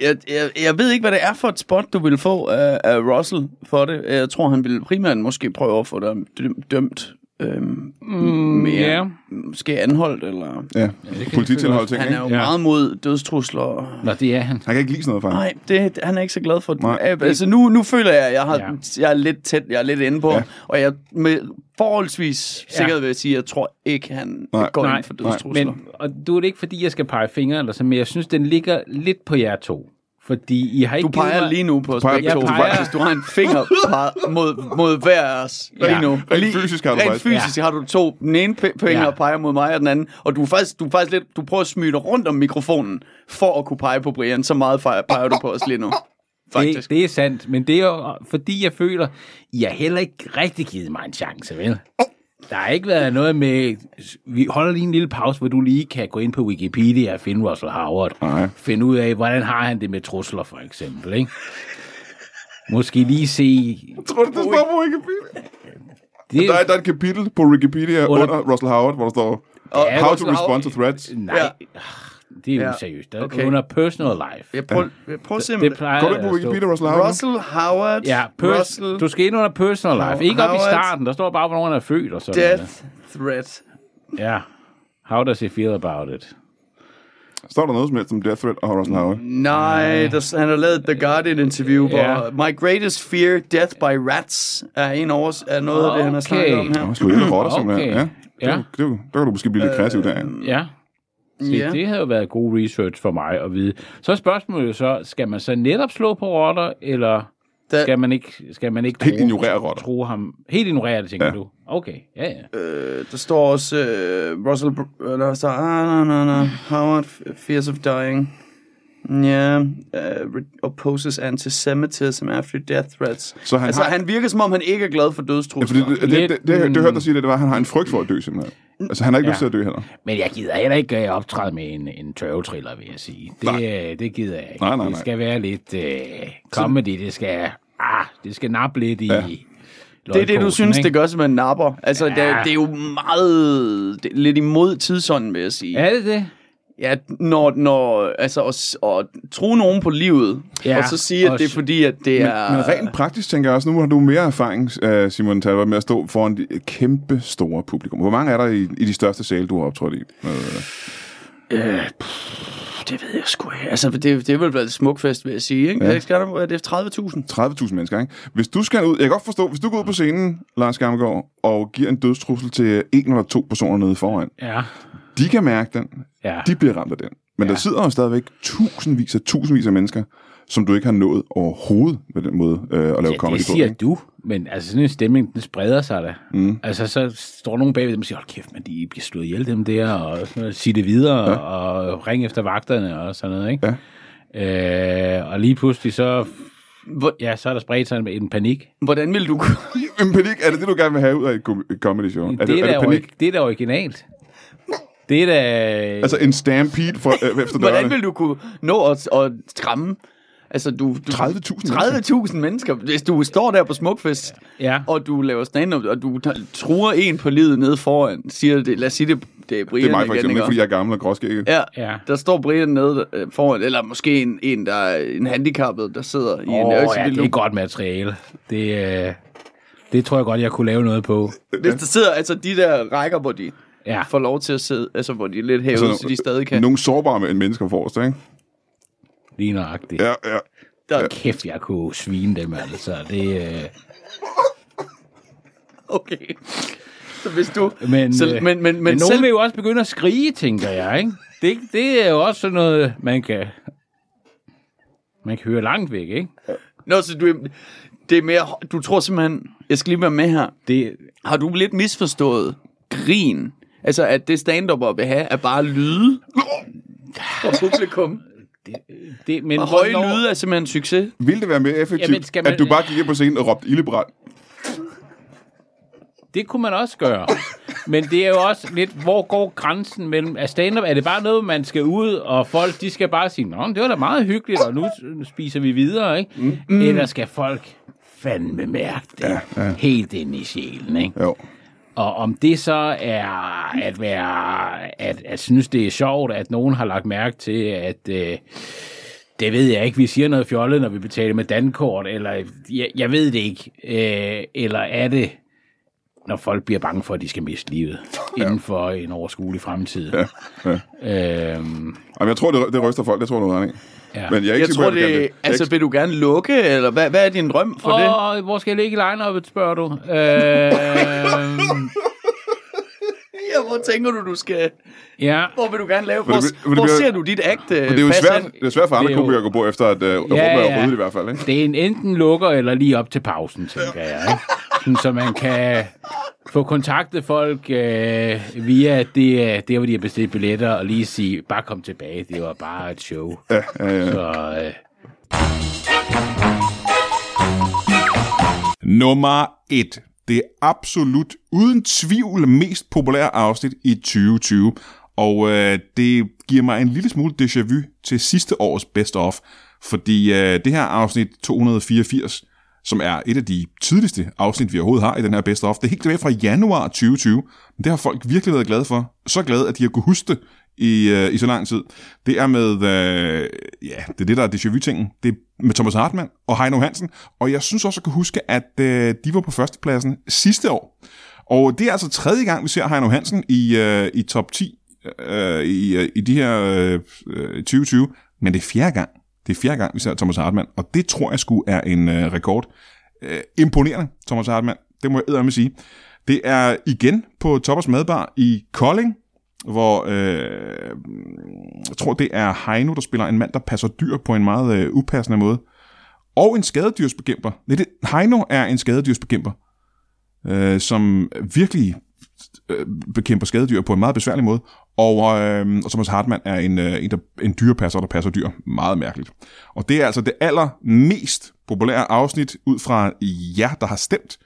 jeg, jeg, jeg ved ikke, hvad det er for et spot, du vil få af, af Russell for det. Jeg tror, han ville primært måske prøve at få dig døm- dømt. Øhm, mere,
Mm, ja.
Måske anholdt, eller...
Ja, polititilhold ting,
Han er
ikke?
jo
Ja.
meget mod dødstrusler. og-
Nå, det er han.
Han kan ikke lide sådan noget, faktisk.
Nej, det, han er ikke så glad for det.
Nej.
Ja, Altså, nu, nu føler jeg, at jeg, har, ja. jeg er lidt tæt, jeg er lidt inde på, ja. og jeg med forholdsvis
Ja.
sikkert vil jeg sige, at jeg tror ikke, han
Nej.
går
nej,
ind for dødstrusler.
Men, og du er det ikke, fordi jeg skal pege fingre, eller så, men jeg synes, den ligger lidt på jer to. Fordi I har ikke
Du peger
givet mig...
lige nu på os
peger-
begge
Jeg
to.
peger-
Faktisk, du har en finger peget mod, mod hver af os lige
Ja.
nu.
Rent
lige,
fysisk har du
rent
faktisk-
fysisk har du to. Den ene pe- finger
Ja.
peger mod mig, og den anden. Og du er faktisk, du er faktisk lidt, du prøver at smyge dig rundt om mikrofonen, for at kunne pege på Brian. Så meget fe- peger du på os lige nu.
Det,
Faktisk.
det er sandt, men det er jo, fordi jeg føler, I har heller ikke rigtig givet mig en chance, vel? Der har ikke været noget med... Vi holder lige en lille pause, hvor du lige kan gå ind på Wikipedia og finde Russell Howard.
Nej.
Finde ud af, hvordan har han det med trusler, for eksempel, ikke? Måske lige se...
Tror du, det står på Wikipedia?
Det,
Der er, der er et kapitel på Wikipedia under,
Under-
under Russell Howard, hvor der står,
Ja,
How to
Russell
respond to
Howard-
threats.
Nej,
Ja.
ja. det er jo
Ja.
ja. seriøst. Der,
Okay.
okay. Under personal life.
Jeg prøver, jeg prøver
Det
simpelthen.
plejer
Går du ikke på
at stå-
Wikipedia, Russell Howard?
Russell Howard.
Ja, pers-
Russell.
du skal ind under personal life. Ikke op i
Howard-
starten, der står bare, hvornår han er født og sådan noget.
Death threat.
Ja. How does he feel about it?
Står der noget som helst om Death Threat og Russell Howard?
Nej, der, han har lavet et The Guardian interview, hvor
Ja.
My Greatest Fear, Death by Rats, er, en over, er noget af det, han har snakket om
Okay.
her.
Nå, slå ihjel og rotter, simpelthen.
Okay.
Ja. Det,
Ja.
er jo- det, er jo- der kan du måske blive lidt kreativ der. ja.
Ja. Se,
Ja.
yeah. det havde jo været god research for mig at vide. Så er spørgsmålet jo så, skal man så netop slå på rotter, eller
Da-
skal man ikke, skal man ikke
Helt ignorere rotter.
tro ham? Helt ignorere det, tænker
Ja.
ja. du? Okay, ja, ja.
Øh, der står også øh, Russell... Br- øh, der står... Ah, no, no, no. Howard f- fears of dying. Yeah, uh, re- opposes antisemitism after death threats.
Så han
altså,
har-
han virker som om, han ikke er glad for
Ja,
dødstrusler.
fordi det, det, det,
Lidt,
det, det, det, jeg hørte dig sige, det, det var, at han har en frygt for at dø, simpelthen. Altså, han har ikke ja. lyst til at dø heller.
Men jeg gider heller ikke øh, optræde med en, en tørvetriller, vil jeg sige. Det, øh, det gider jeg ikke.
Nej, nej,
Det
nej.
skal være lidt øh, comedy, det skal, ah, det skal nappe lidt i... Ja.
Det er det, du synes, det gør, som en napper. Altså, ja. det, er- det er jo meget... Det er lidt imod tidsånden, vil jeg sige.
Er det det?
Ja, når, når altså at, at tro nogen på livet, ja,
Ja,
og så sige, at
og
det er
s-
fordi, at det er...
Øh.
Men rent praktisk tænker jeg også, nu har du mere erfaring, øh, Simon Talbot, med at stå foran de kæmpe store publikum. Hvor mange er der i, i de største sale, du har optrådt i? Øh,
Det ved jeg sgu ikke. Altså, det, det er vel blevet et smukfest, vil jeg sige, ikke? Ja. Det, skal, der- det er 30.000.
30.000 mennesker, ikke? Hvis du skal ud, jeg kan godt forstå, hvis du går ud på scenen, Lars Gammelgaard, og giver en dødstrussel til en eller to personer nede foran,
Ja.
de kan mærke den,
Ja.
de bliver ramt af den. Men ja. der sidder jo stadigvæk tusindvis og tusindvis af mennesker, som du ikke har nået overhovedet med den måde øh, at lave ja,
ja,
comedy
det
på.
siger
ikke?
du, men altså sådan en stemning, den spreder sig da. Mm. Altså så står nogen bagved dem og siger, hold kæft, man, de bliver slået ihjel dem der, og sådan noget, sig det videre, ja. og ring efter vagterne og sådan noget, ikke? Ja. Øh, og lige pludselig så,
Hvor-
ja, så er der spredt sig en panik.
Hvordan vil du...
Men panik, er det det, du gerne vil have ud af et kom- et comedy show? Er
det, er da
er det panik?
ori- det er da originalt. Det er da...
Altså en stampede for, øh, efter
Hvordan
dørene.
vil du kunne nå at, at skræmme altså, du, du,
30.000
30.000 mennesker, hvis du står der på Smukfest,
ja.
og du laver stand-up, og du t- truer en på livet nede foran, siger det, lad os sige det, det er Brian
det er mig for
igen,
eksempel,
ikke?
ikke fordi jeg er gammel og gråskægget.
Ja,
ja,
der står Brian nede øh, foran, eller måske en, en, der er en handicappet, der sidder i en altså,
Åh, ja, det er
luksus.
godt materiale. Det, øh, det tror jeg godt, jeg kunne lave noget på.
Hvis der sidder altså de der rækker, hvor de
ja.
får lov til at sidde, altså hvor de er lidt hævet, så de stadig kan.
Nogle sårbare men- mennesker forrest, ikke?
Lige nøjagtigt.
Ja, ja.
Der er
kæft, jeg kunne svine dem, altså. Det, øh,
Okay. Så hvis du...
men,
så, men,
øh,
men, men,
men
men
nogen
selv...
vil jo også begynde at skrige, tænker jeg, ikke? Det, det er jo også sådan noget, man kan, man kan høre langt væk, ikke?
Nå, så du, det er mere... Du tror simpelthen... Jeg skal lige være med her.
Det...
Har du lidt misforstået grin? Altså, at det stand vil have, er bare lyde fra publikum.
Det, men
og høje
hvornår-
lyde er simpelthen en succes.
Vil det være mere effektivt,
Jamen, skal man-
at du bare gik ind på scenen og råbte ildebrand?
Det kunne man også gøre. Men det er jo også lidt, hvor går grænsen mellem... Er stand-up, er det bare noget, man skal ud, og folk, de skal bare sige, Nå, men det var da meget hyggeligt, og nu spiser vi videre, ikke? Mm. Eller skal folk fandme mærke det ja, ja. helt ind i sjælen, ikke?
Jo.
Og om det så er at være... At, at synes, det er sjovt, at nogen har lagt mærke til, at... Øh, det ved jeg ikke. Vi siger noget fjollet, når vi betaler med dankort, eller jeg, jeg ved det ikke. Øh, eller er det, når folk bliver bange for, at de skal miste livet inden for en overskuelig fremtid? Ja.
Ja.
Øhm,
Jamen, jeg tror, det, det ryster folk. Det tror jeg, du har ret i.
Ja.
Men jeg er ikke
Jeg
sikker
tror,
på, at jeg kan
det,
det.
altså, vil du gerne lukke, eller hvad, hvad er din drøm for det?
og hvor skal jeg ligge i line-up'et, spørger du? Øhm,
Ja, hvor tænker du, du skal...
ja.
Hvor vil du gerne lave?
Men
Hvor,
det bliver- men det
hvor
bliver-
ser du dit act?
Men det er jo svært, det er svært for andre
Det er jo-
komikere at gå på efter, at uh, ja, Europa
ja.
er ryddet i hvert fald. Ikke?
Det er en enten lukker eller lige op til pausen, tænker jeg. Ikke? Sådan, Så man kan få kontaktet folk øh, via det, øh, der, hvor de har bestilt billetter, og lige sige, bare kom tilbage, det var bare et show.
Ja, ja, ja.
Så, øh,
Nummer 1. Det absolut uden tvivl mest populære afsnit i 2020. Og øh, det giver mig en lille smule déjà vu til sidste års best of. Fordi øh, det her afsnit 284, som er et af de tidligste afsnit, vi overhovedet har i den her best of, det er helt tilbage fra januar 2020. Det har folk virkelig været glade for. Så glade, at de har kunne huske det i, øh, i så lang tid. Det er med, øh, ja, det er det, der er déjà vu-tingen. Det er med Thomas Hartmann og Heino Hansen. Og jeg synes også, at jeg kan huske, at øh, de var på førstepladsen sidste år. Og det er altså tredje gang, vi ser Heino Hansen i, øh, i top 10 øh, i, øh, i de her øh, øh, 2020. Men det er fjerde gang. Det er fjerde gang, vi ser Thomas Hartmann. Og det tror jeg skulle er en øh, rekord. Øh, imponerende, Thomas Hartmann. Det må jeg eddermame sige. Det er igen på Toppers Madbar i Kolding hvor øh, jeg tror, det er Heino, der spiller en mand, der passer dyr på en meget øh, upassende måde. Og en skadedyrsbekæmper. Nej, det, Heino er en skadedyrsbekæmper, øh, som virkelig øh, bekæmper skadedyr på en meget besværlig måde. Og, øh, og Thomas Hartmann er en, øh, en, der, en dyrepasser, der passer dyr. Meget mærkeligt. Og det er altså det allermest populære afsnit ud fra jer, der har stemt.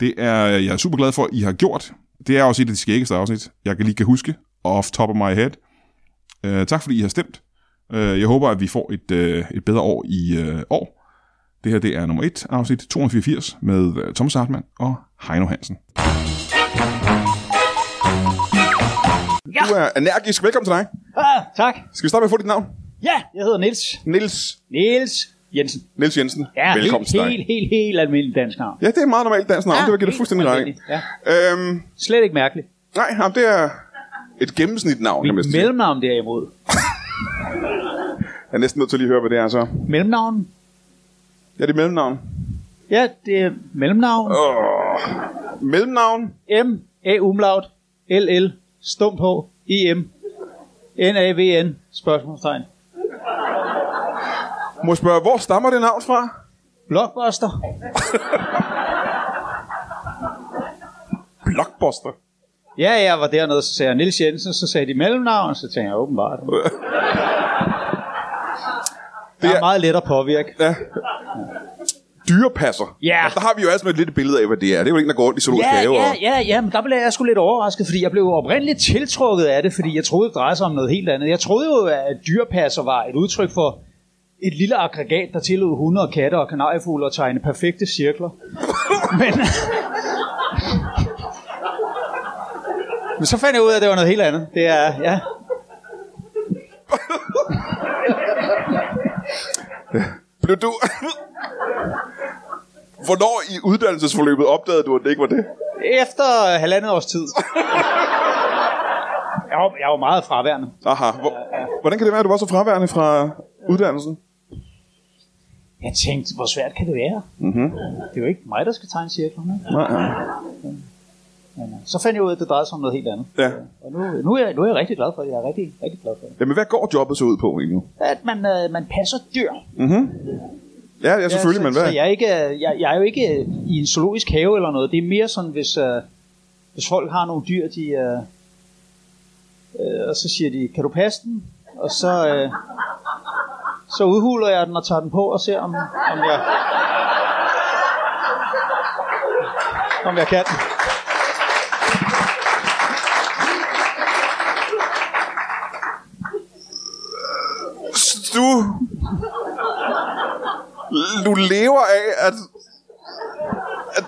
Det er øh, jeg er super glad for, at I har gjort. Det er også et af de skæggeste afsnit, jeg kan lige kan huske, off top of my head. Uh, tak fordi I har stemt. Uh, jeg håber, at vi får et, uh, et bedre år i uh, år. Det her det er nummer 1, afsnit 284 med uh, Thomas Hartmann og Heino Hansen. Ja. Du er energisk. Velkommen til dig.
Ah, tak.
Skal vi starte med at få dit navn?
Ja, jeg hedder Nils.
Nils.
Nils Jensen.
Niels Jensen.
Ja,
Velkommen
helt,
til dig.
helt, helt, helt almindelig dansk navn.
Ja, det er et meget normalt dansk navn.
Ja,
det vil jeg give dig
helt
fuldstændig ret i.
Ja.
Øhm,
Slet ikke mærkeligt.
Nej, jamen, det er et gennemsnitnavn, kan man næsten sige.
Mellemnavn derimod.
Jeg er næsten nødt til at lige høre, hvad det er så.
Mellemnavn?
Ja, det er mellemnavn.
Ja, det er mellemnavn.
Oh. Mellemnavn?
M, A, umlaut, L, L, stum på, I, M, N, A, V, N, spørgsmålstegn.
Må jeg spørge, hvor stammer det navn fra?
Blockbuster.
Blockbuster?
Ja, jeg var dernede, så sagde jeg Nils Jensen, så sagde de mellemnavn, så tænkte jeg åbenbart. Det er,
jeg
er meget let at påvirke.
Ja. dyrepasser.
Ja.
Og der har vi jo altså et lille billede af, hvad det er. Det er jo ikke, der går rundt i zoologisk
Ja,
have.
ja,
og-
ja, ja, men der blev jeg sgu lidt overrasket, fordi jeg blev oprindeligt tiltrukket af det, fordi jeg troede, det drejede sig om noget helt andet. Jeg troede jo, at dyrepasser var et udtryk for et lille aggregat, der tillod hunde og katte og kanariefugle at tegne perfekte cirkler. men, men så fandt jeg ud af, at det var noget helt andet. Det er, ja.
Blev du... Hvornår i uddannelsesforløbet opdagede du, at det ikke var det?
Efter øh, halvandet års tid. Jeg var, jeg var meget fraværende.
Aha. Hvor, hvordan kan det være, at du var så fraværende fra uddannelsen?
Jeg tænkte, hvor svært kan det være?
Mm-hmm.
Det er jo ikke mig, der skal tegne cirklerne.
Nej.
Men, øh, så fandt jeg ud af, at det drejede sig om noget helt andet.
Ja.
Og nu, nu, er, jeg, nu er jeg rigtig glad for det. Jeg er rigtig, rigtig glad for det.
Jamen, hvad går jobbet så ud på egentlig?
At man, øh, man passer dyr.
Mm-hmm. Ja, ja, selvfølgelig,
så,
men
Så
hvad?
jeg, er ikke, øh, jeg, jeg er jo ikke øh, i en zoologisk have eller noget. Det er mere sådan, hvis, øh, hvis folk har nogle dyr, de, øh, øh, og så siger de, kan du passe den? Og så, øh, så udhuler jeg den og tager den på og ser, om, om, jeg, om jeg kan.
Du... Du lever af at... at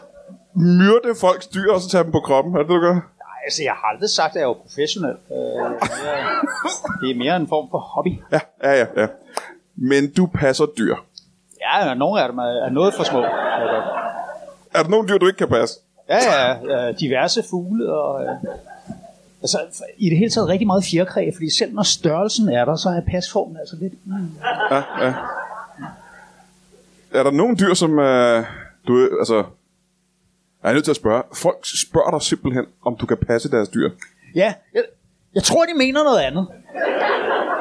myrde folks dyr, og så tage dem på kroppen. Er det, det, du gør?
Nej, altså jeg har aldrig sagt, at jeg er jo professionel. Øh, jeg- det er mere en form for hobby.
Ja, ja, ja. ja. Men du passer dyr.
Ja, og nogle af dem er, er noget for små. kan jeg godt.
Er der nogle dyr, du ikke kan passe?
Ja, ja, øh, diverse fugle og... Øh, altså, i det hele taget rigtig meget fjerkræ, fordi selv når størrelsen er der, så er pasformen altså lidt... Mm.
Ja, ja. Er der nogle dyr, som... Øh, du, øh, altså... Jeg er nødt til at spørge. Folk spørger dig simpelthen, om du kan passe deres dyr.
Ja, jeg, jeg tror, de mener noget andet.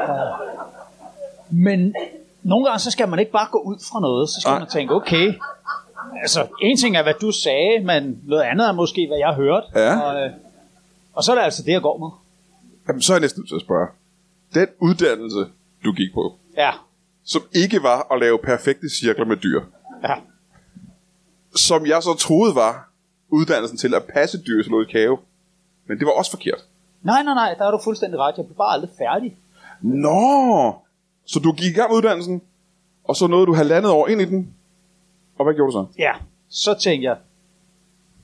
Øh, Men nogle gange, så skal man ikke bare gå ud fra noget. Så skal man tænke, okay... Altså, en ting er, hvad du sagde, men noget andet er måske, hvad jeg hørte.
Ja.
Og, øh, og så er det altså det, jeg går med.
Jamen, så er jeg næsten nødt til at spørge. Den uddannelse, du gik på,
Ja.
som ikke var at lave perfekte cirkler med dyr,
ja.
som jeg så troede var uddannelsen til at passe dyr i zoologisk have, men det var også forkert.
Nej, nej, nej, der er du fuldstændig ret. Jeg blev bare aldrig færdig.
Nå! Så du gik i gang med uddannelsen, og så nåede du halvandet år ind i den, og hvad gjorde du så?
Ja, så tænkte jeg,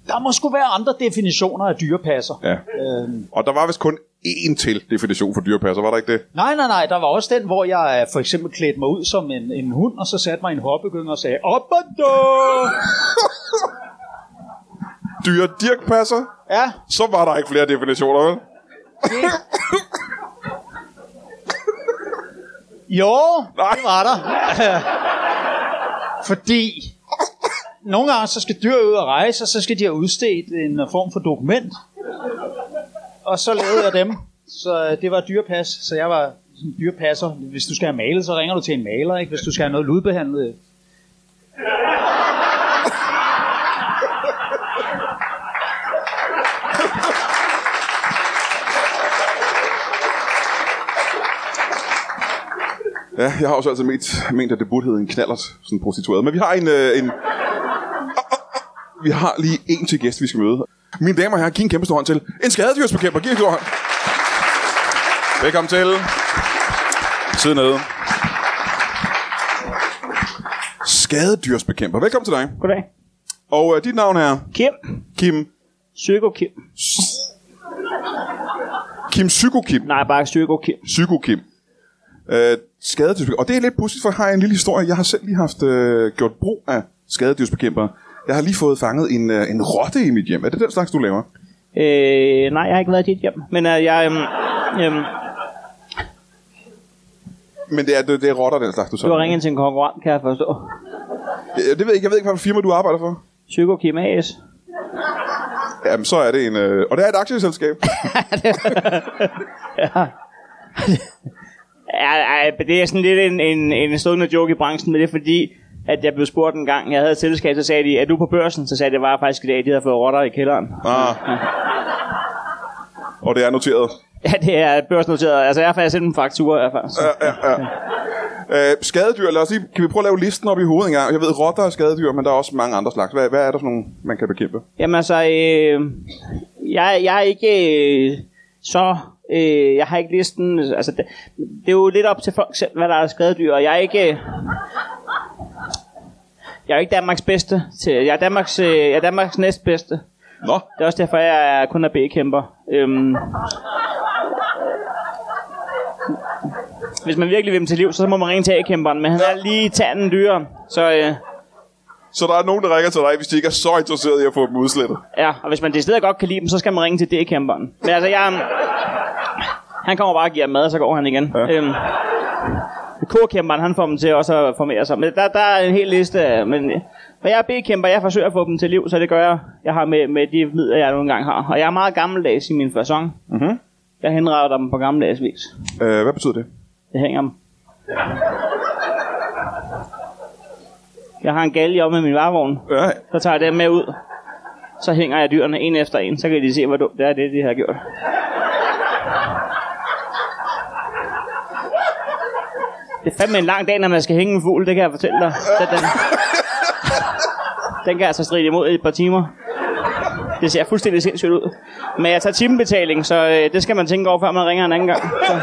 der må sgu være andre definitioner af dyrepasser.
Ja.
Øhm,
Og der var vist kun én til definition for dyrepasser, var der ikke det?
nej, nej, nej, der var også den, hvor jeg øh, for eksempel klædte mig ud som en, en hund, og så satte mig i en hoppegynge og sagde, op og dø!
Dyre dirkpasser?
Ja.
Så var der ikke flere definitioner, vel?
Jo, nej. det var der. Fordi nogle gange så skal dyr ud og rejse, og så skal de have udstedt en øh, form for dokument. Og så lavede jeg dem. Så øh, det var dyrepas, så jeg var sådan en dyrepasser. Hvis du skal have malet, så ringer du til en maler, ikke? Hvis du skal have noget ludbehandlet. øh.
Ja, jeg har også altid ment, ment at det burde hedde en knallert, sådan en prostitueret. Men vi har en, øh, en... Vi har lige en til gæst, vi skal møde. Mine damer og herrer, giv en kæmpe stor hånd til en skadedyrsbekæmper. Giv en stor hånd. Velkommen til. Sid nede. Skadedyrsbekæmper. Velkommen til dig.
Goddag.
Og øh, dit navn er?
Kim.
Kim.
Psyko Kim.
Kim Psyko Kim?
Nej, bare Psyko Kim.
Psyko Kim. Øh, skadedyrsbekæmper. Og det er lidt pudsigt, for jeg har jeg en lille historie. Jeg har selv lige haft øh, gjort brug af skadedyrsbekæmpere. Jeg har lige fået fanget en, øh, en rotte i mit hjem. Er det den slags, du laver?
Øh, nej, jeg har ikke været i dit hjem. Men øh, jeg... Øhm, øhm,
Men det er, det, det er rotter, den slags, du så.
du har ringet til en konkurrent, kan jeg forstå.
Øh, Det ved jeg ikke. Jeg ved ikke, hvilken firma du arbejder for.
Psyko Kim AS.
Jamen, så er det en... Øh, og det er et aktieselskab.
Ej, ej, men det er sådan lidt en, en, en stående joke i branchen, men det er fordi, at jeg blev spurgt en gang, jeg havde et selskab, så sagde de, er du på børsen? Så sagde jeg, det var jeg faktisk i dag, de havde fået rotter i kælderen.
ah. Og det er noteret.
Ja, det er børsnoteret. Altså, jeg har faktisk sendt en faktura, i hvert fald.
Ja, ja, ja. Øh, skadedyr, lad os lige, kan vi prøve at lave listen op i hovedet engang? Jeg ved, rotter er skadedyr, men der er også mange andre slags. Hvad, hvad er der sådan nogle, man kan bekæmpe?
Jamen altså, øh, jeg, jeg er ikke øh, så... Øh, jeg har ikke listen... Altså, det, det er jo lidt op til folk selv, hvad der er skadedyr, og jeg er ikke... Øh, jeg er ikke Danmarks bedste. Til, jeg, er Danmarks, øh, jeg er Danmarks næstbedste.
Nå.
Det er også derfor, jeg er kun er B-kæmper. Øhm, hvis man virkelig vil dem til liv, så må man ringe til A-kæmperen, men han er lige tanden dyrere. Så øh,
Så der er nogen, der ringer til dig, hvis de ikke er så interesserede i at få dem udslettet.
ja, og hvis man det stedet godt kan lide dem, så skal man ringe til D-kæmperen. Men altså, jeg... Han kommer bare og giver dem mad, og så går han igen. Ja. Øhm, K-kæmperen, han får dem til også at formere sig. Men der, der er en hel liste. af- Men, men jeg er B-kæmper, jeg forsøger at få dem til liv, så det gør jeg. Jeg har med, med de midler, jeg nogle gange har. Og jeg er meget gammeldags i min fasong.
Mm-hmm.
Jeg henretter dem på gammeldags vis.
Øh, hvad betyder det?
Jeg hænger dem. Jeg har en galge op med min varevogn.
Ja.
Så tager jeg dem med ud. Så hænger jeg dyrene en efter en, så kan de se, hvor dumt det er, det de har gjort. Det er fandme en lang dag, når man skal hænge en fugl, det kan jeg fortælle dig. Den, den, den kan altså stride imod i et par timer. Det ser fuldstændig sindssygt ud. Men jeg tager timebetaling, så øh, det skal man tænke over, før man ringer en anden gang. Så.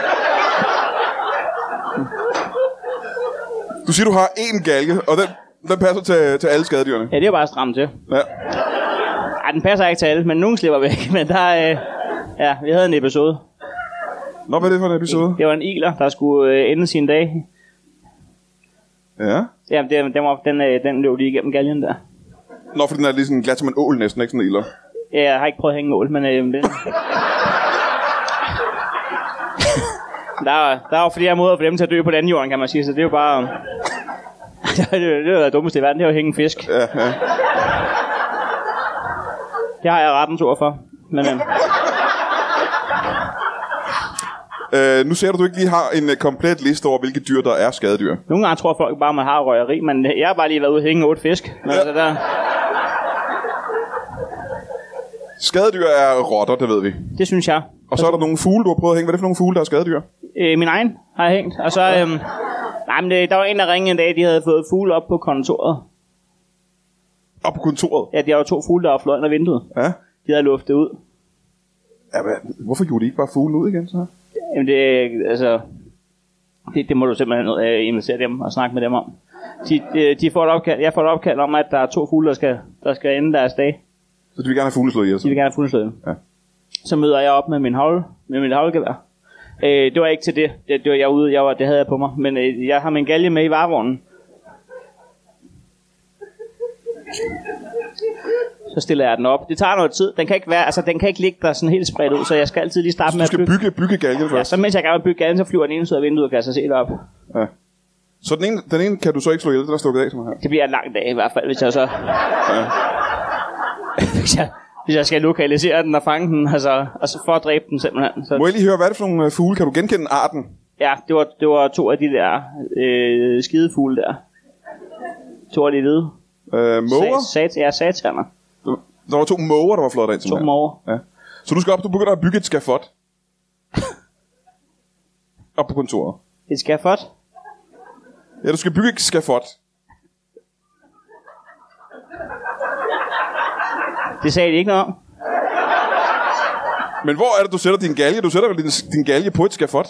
Du siger, du har én galge, og den, den passer til, til alle skadedyrene.
Ja, det er bare stramt til.
Ja.
Ej, den passer ikke til alle, men nogen slipper væk. Men der, øh, ja, vi havde en episode.
Nå, hvad er det for en episode?
Det var en iler, der skulle øh, ende sin dag.
Ja.
Ja, det, den, var, den, øh, den løb lige igennem galgen der.
Nå, fordi den er lige sådan glat som en ål næsten, ikke sådan en ilder.
Ja, jeg har ikke prøvet at hænge en ål, men øh, det... der, der er jo flere måder for dem til at dø på den jorden, kan man sige, så det er jo bare... det er jo- det er jo det dummeste i verden, det er jo at hænge en fisk.
Ja, ja.
Det har jeg retten til for. Men, øh,
Øh, nu ser du, du ikke lige har en øh, komplet liste over, hvilke dyr, der er skadedyr.
Nogle gange tror folk bare, man har røgeri, men øh, jeg har bare lige været ude og hænge otte fisk. Men ja. altså, der,
Skadedyr er rotter, det ved vi.
det synes jeg.
Og så er der nogle fugle, du har prøvet at hænge. Hvad er det for nogle fugle, der er skadedyr?
Øh, min egen har jeg hængt. Og så, øhm, nej, men det, der var en, der ringede en dag, de havde fået fugle op på kontoret.
Op på kontoret?
Ja, de har jo to fugle, der var fløjet ind ad vinduet.
Ja.
De havde luftet ud.
Ja, men, hvorfor gjorde de ikke bare fuglen ud igen, så?
Jamen det, altså, det, det må du simpelthen øh, investere dem og snakke med dem om. De, de, de får et opkald, jeg får et opkald om, at der er to fugle, der skal, der skal ende deres dag.
Så de vil gerne have fugle slået ihjel?
De vil gerne have fugle slået ihjel.
Ja.
Så møder jeg op med min havl, med mit havlgevær. Øh, det var ikke til det. det, det var jeg ude, jeg var, det havde jeg på mig. Men øh, jeg har min galge med i varevognen. Så stiller jeg den op. Det tager noget tid. Den kan ikke, være, altså, den kan ikke ligge der sådan helt spredt ud, så jeg skal altid lige starte med at bygge.
Bygge, bygge galgen
Ja,
først.
så mens jeg er i gang med at bygge gaden, så flyver den ene ud af vinduet og kan jeg så se derop.
Ja. Så den ene, den ene kan du så ikke slå ihjel, den er stukket af, som her.
Det bliver en lang dag i hvert fald, hvis jeg så...
Ja.
hvis, jeg, hvis jeg skal lokalisere den og fange den, altså, og så for at dræbe den simpelthen. Så,
Må jeg lige høre, hvad er det for nogle øh, fugle? Kan du genkende arten?
ja, det var, det var to af de der øh, skidefugle der. To af de hvide.
Øh, måger?
Sat, sat, ja, sataner.
Der var to måger, der var flot ind til
To måger.
Ja. Så du skal op, du begynder at bygge et skafot. op på kontoret.
Et skafot?
Ja, du skal bygge et skafot.
Det sagde de ikke noget om.
Men hvor er det, du sætter din galge? Du sætter vel din, din galge på et skafot?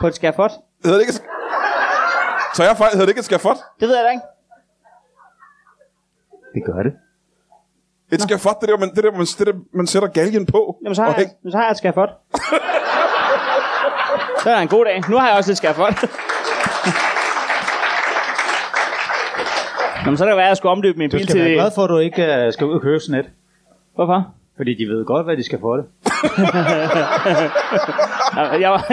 På et skafot?
Hedder det ikke et... Så jeg fejl, hedder det ikke et skafot?
Det ved jeg da ikke.
Det gør det. Et skafot, det er der, man, det er der, man, det er der, man sætter galgen på.
Jamen, så har, jeg, så har jeg et skafot. så er det en god dag. Nu har jeg også et skafot. Jamen, så er det jo værd, at jeg skulle omdøbe min
Du
bil
skal være
til...
glad for, at du ikke uh, skal ud og købe sådan et.
Hvorfor?
Fordi de ved godt, hvad de skal få det.
Jamen, jeg var...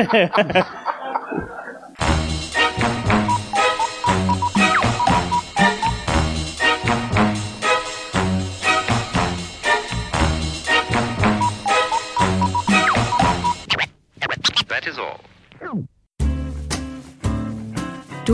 That is all.
Du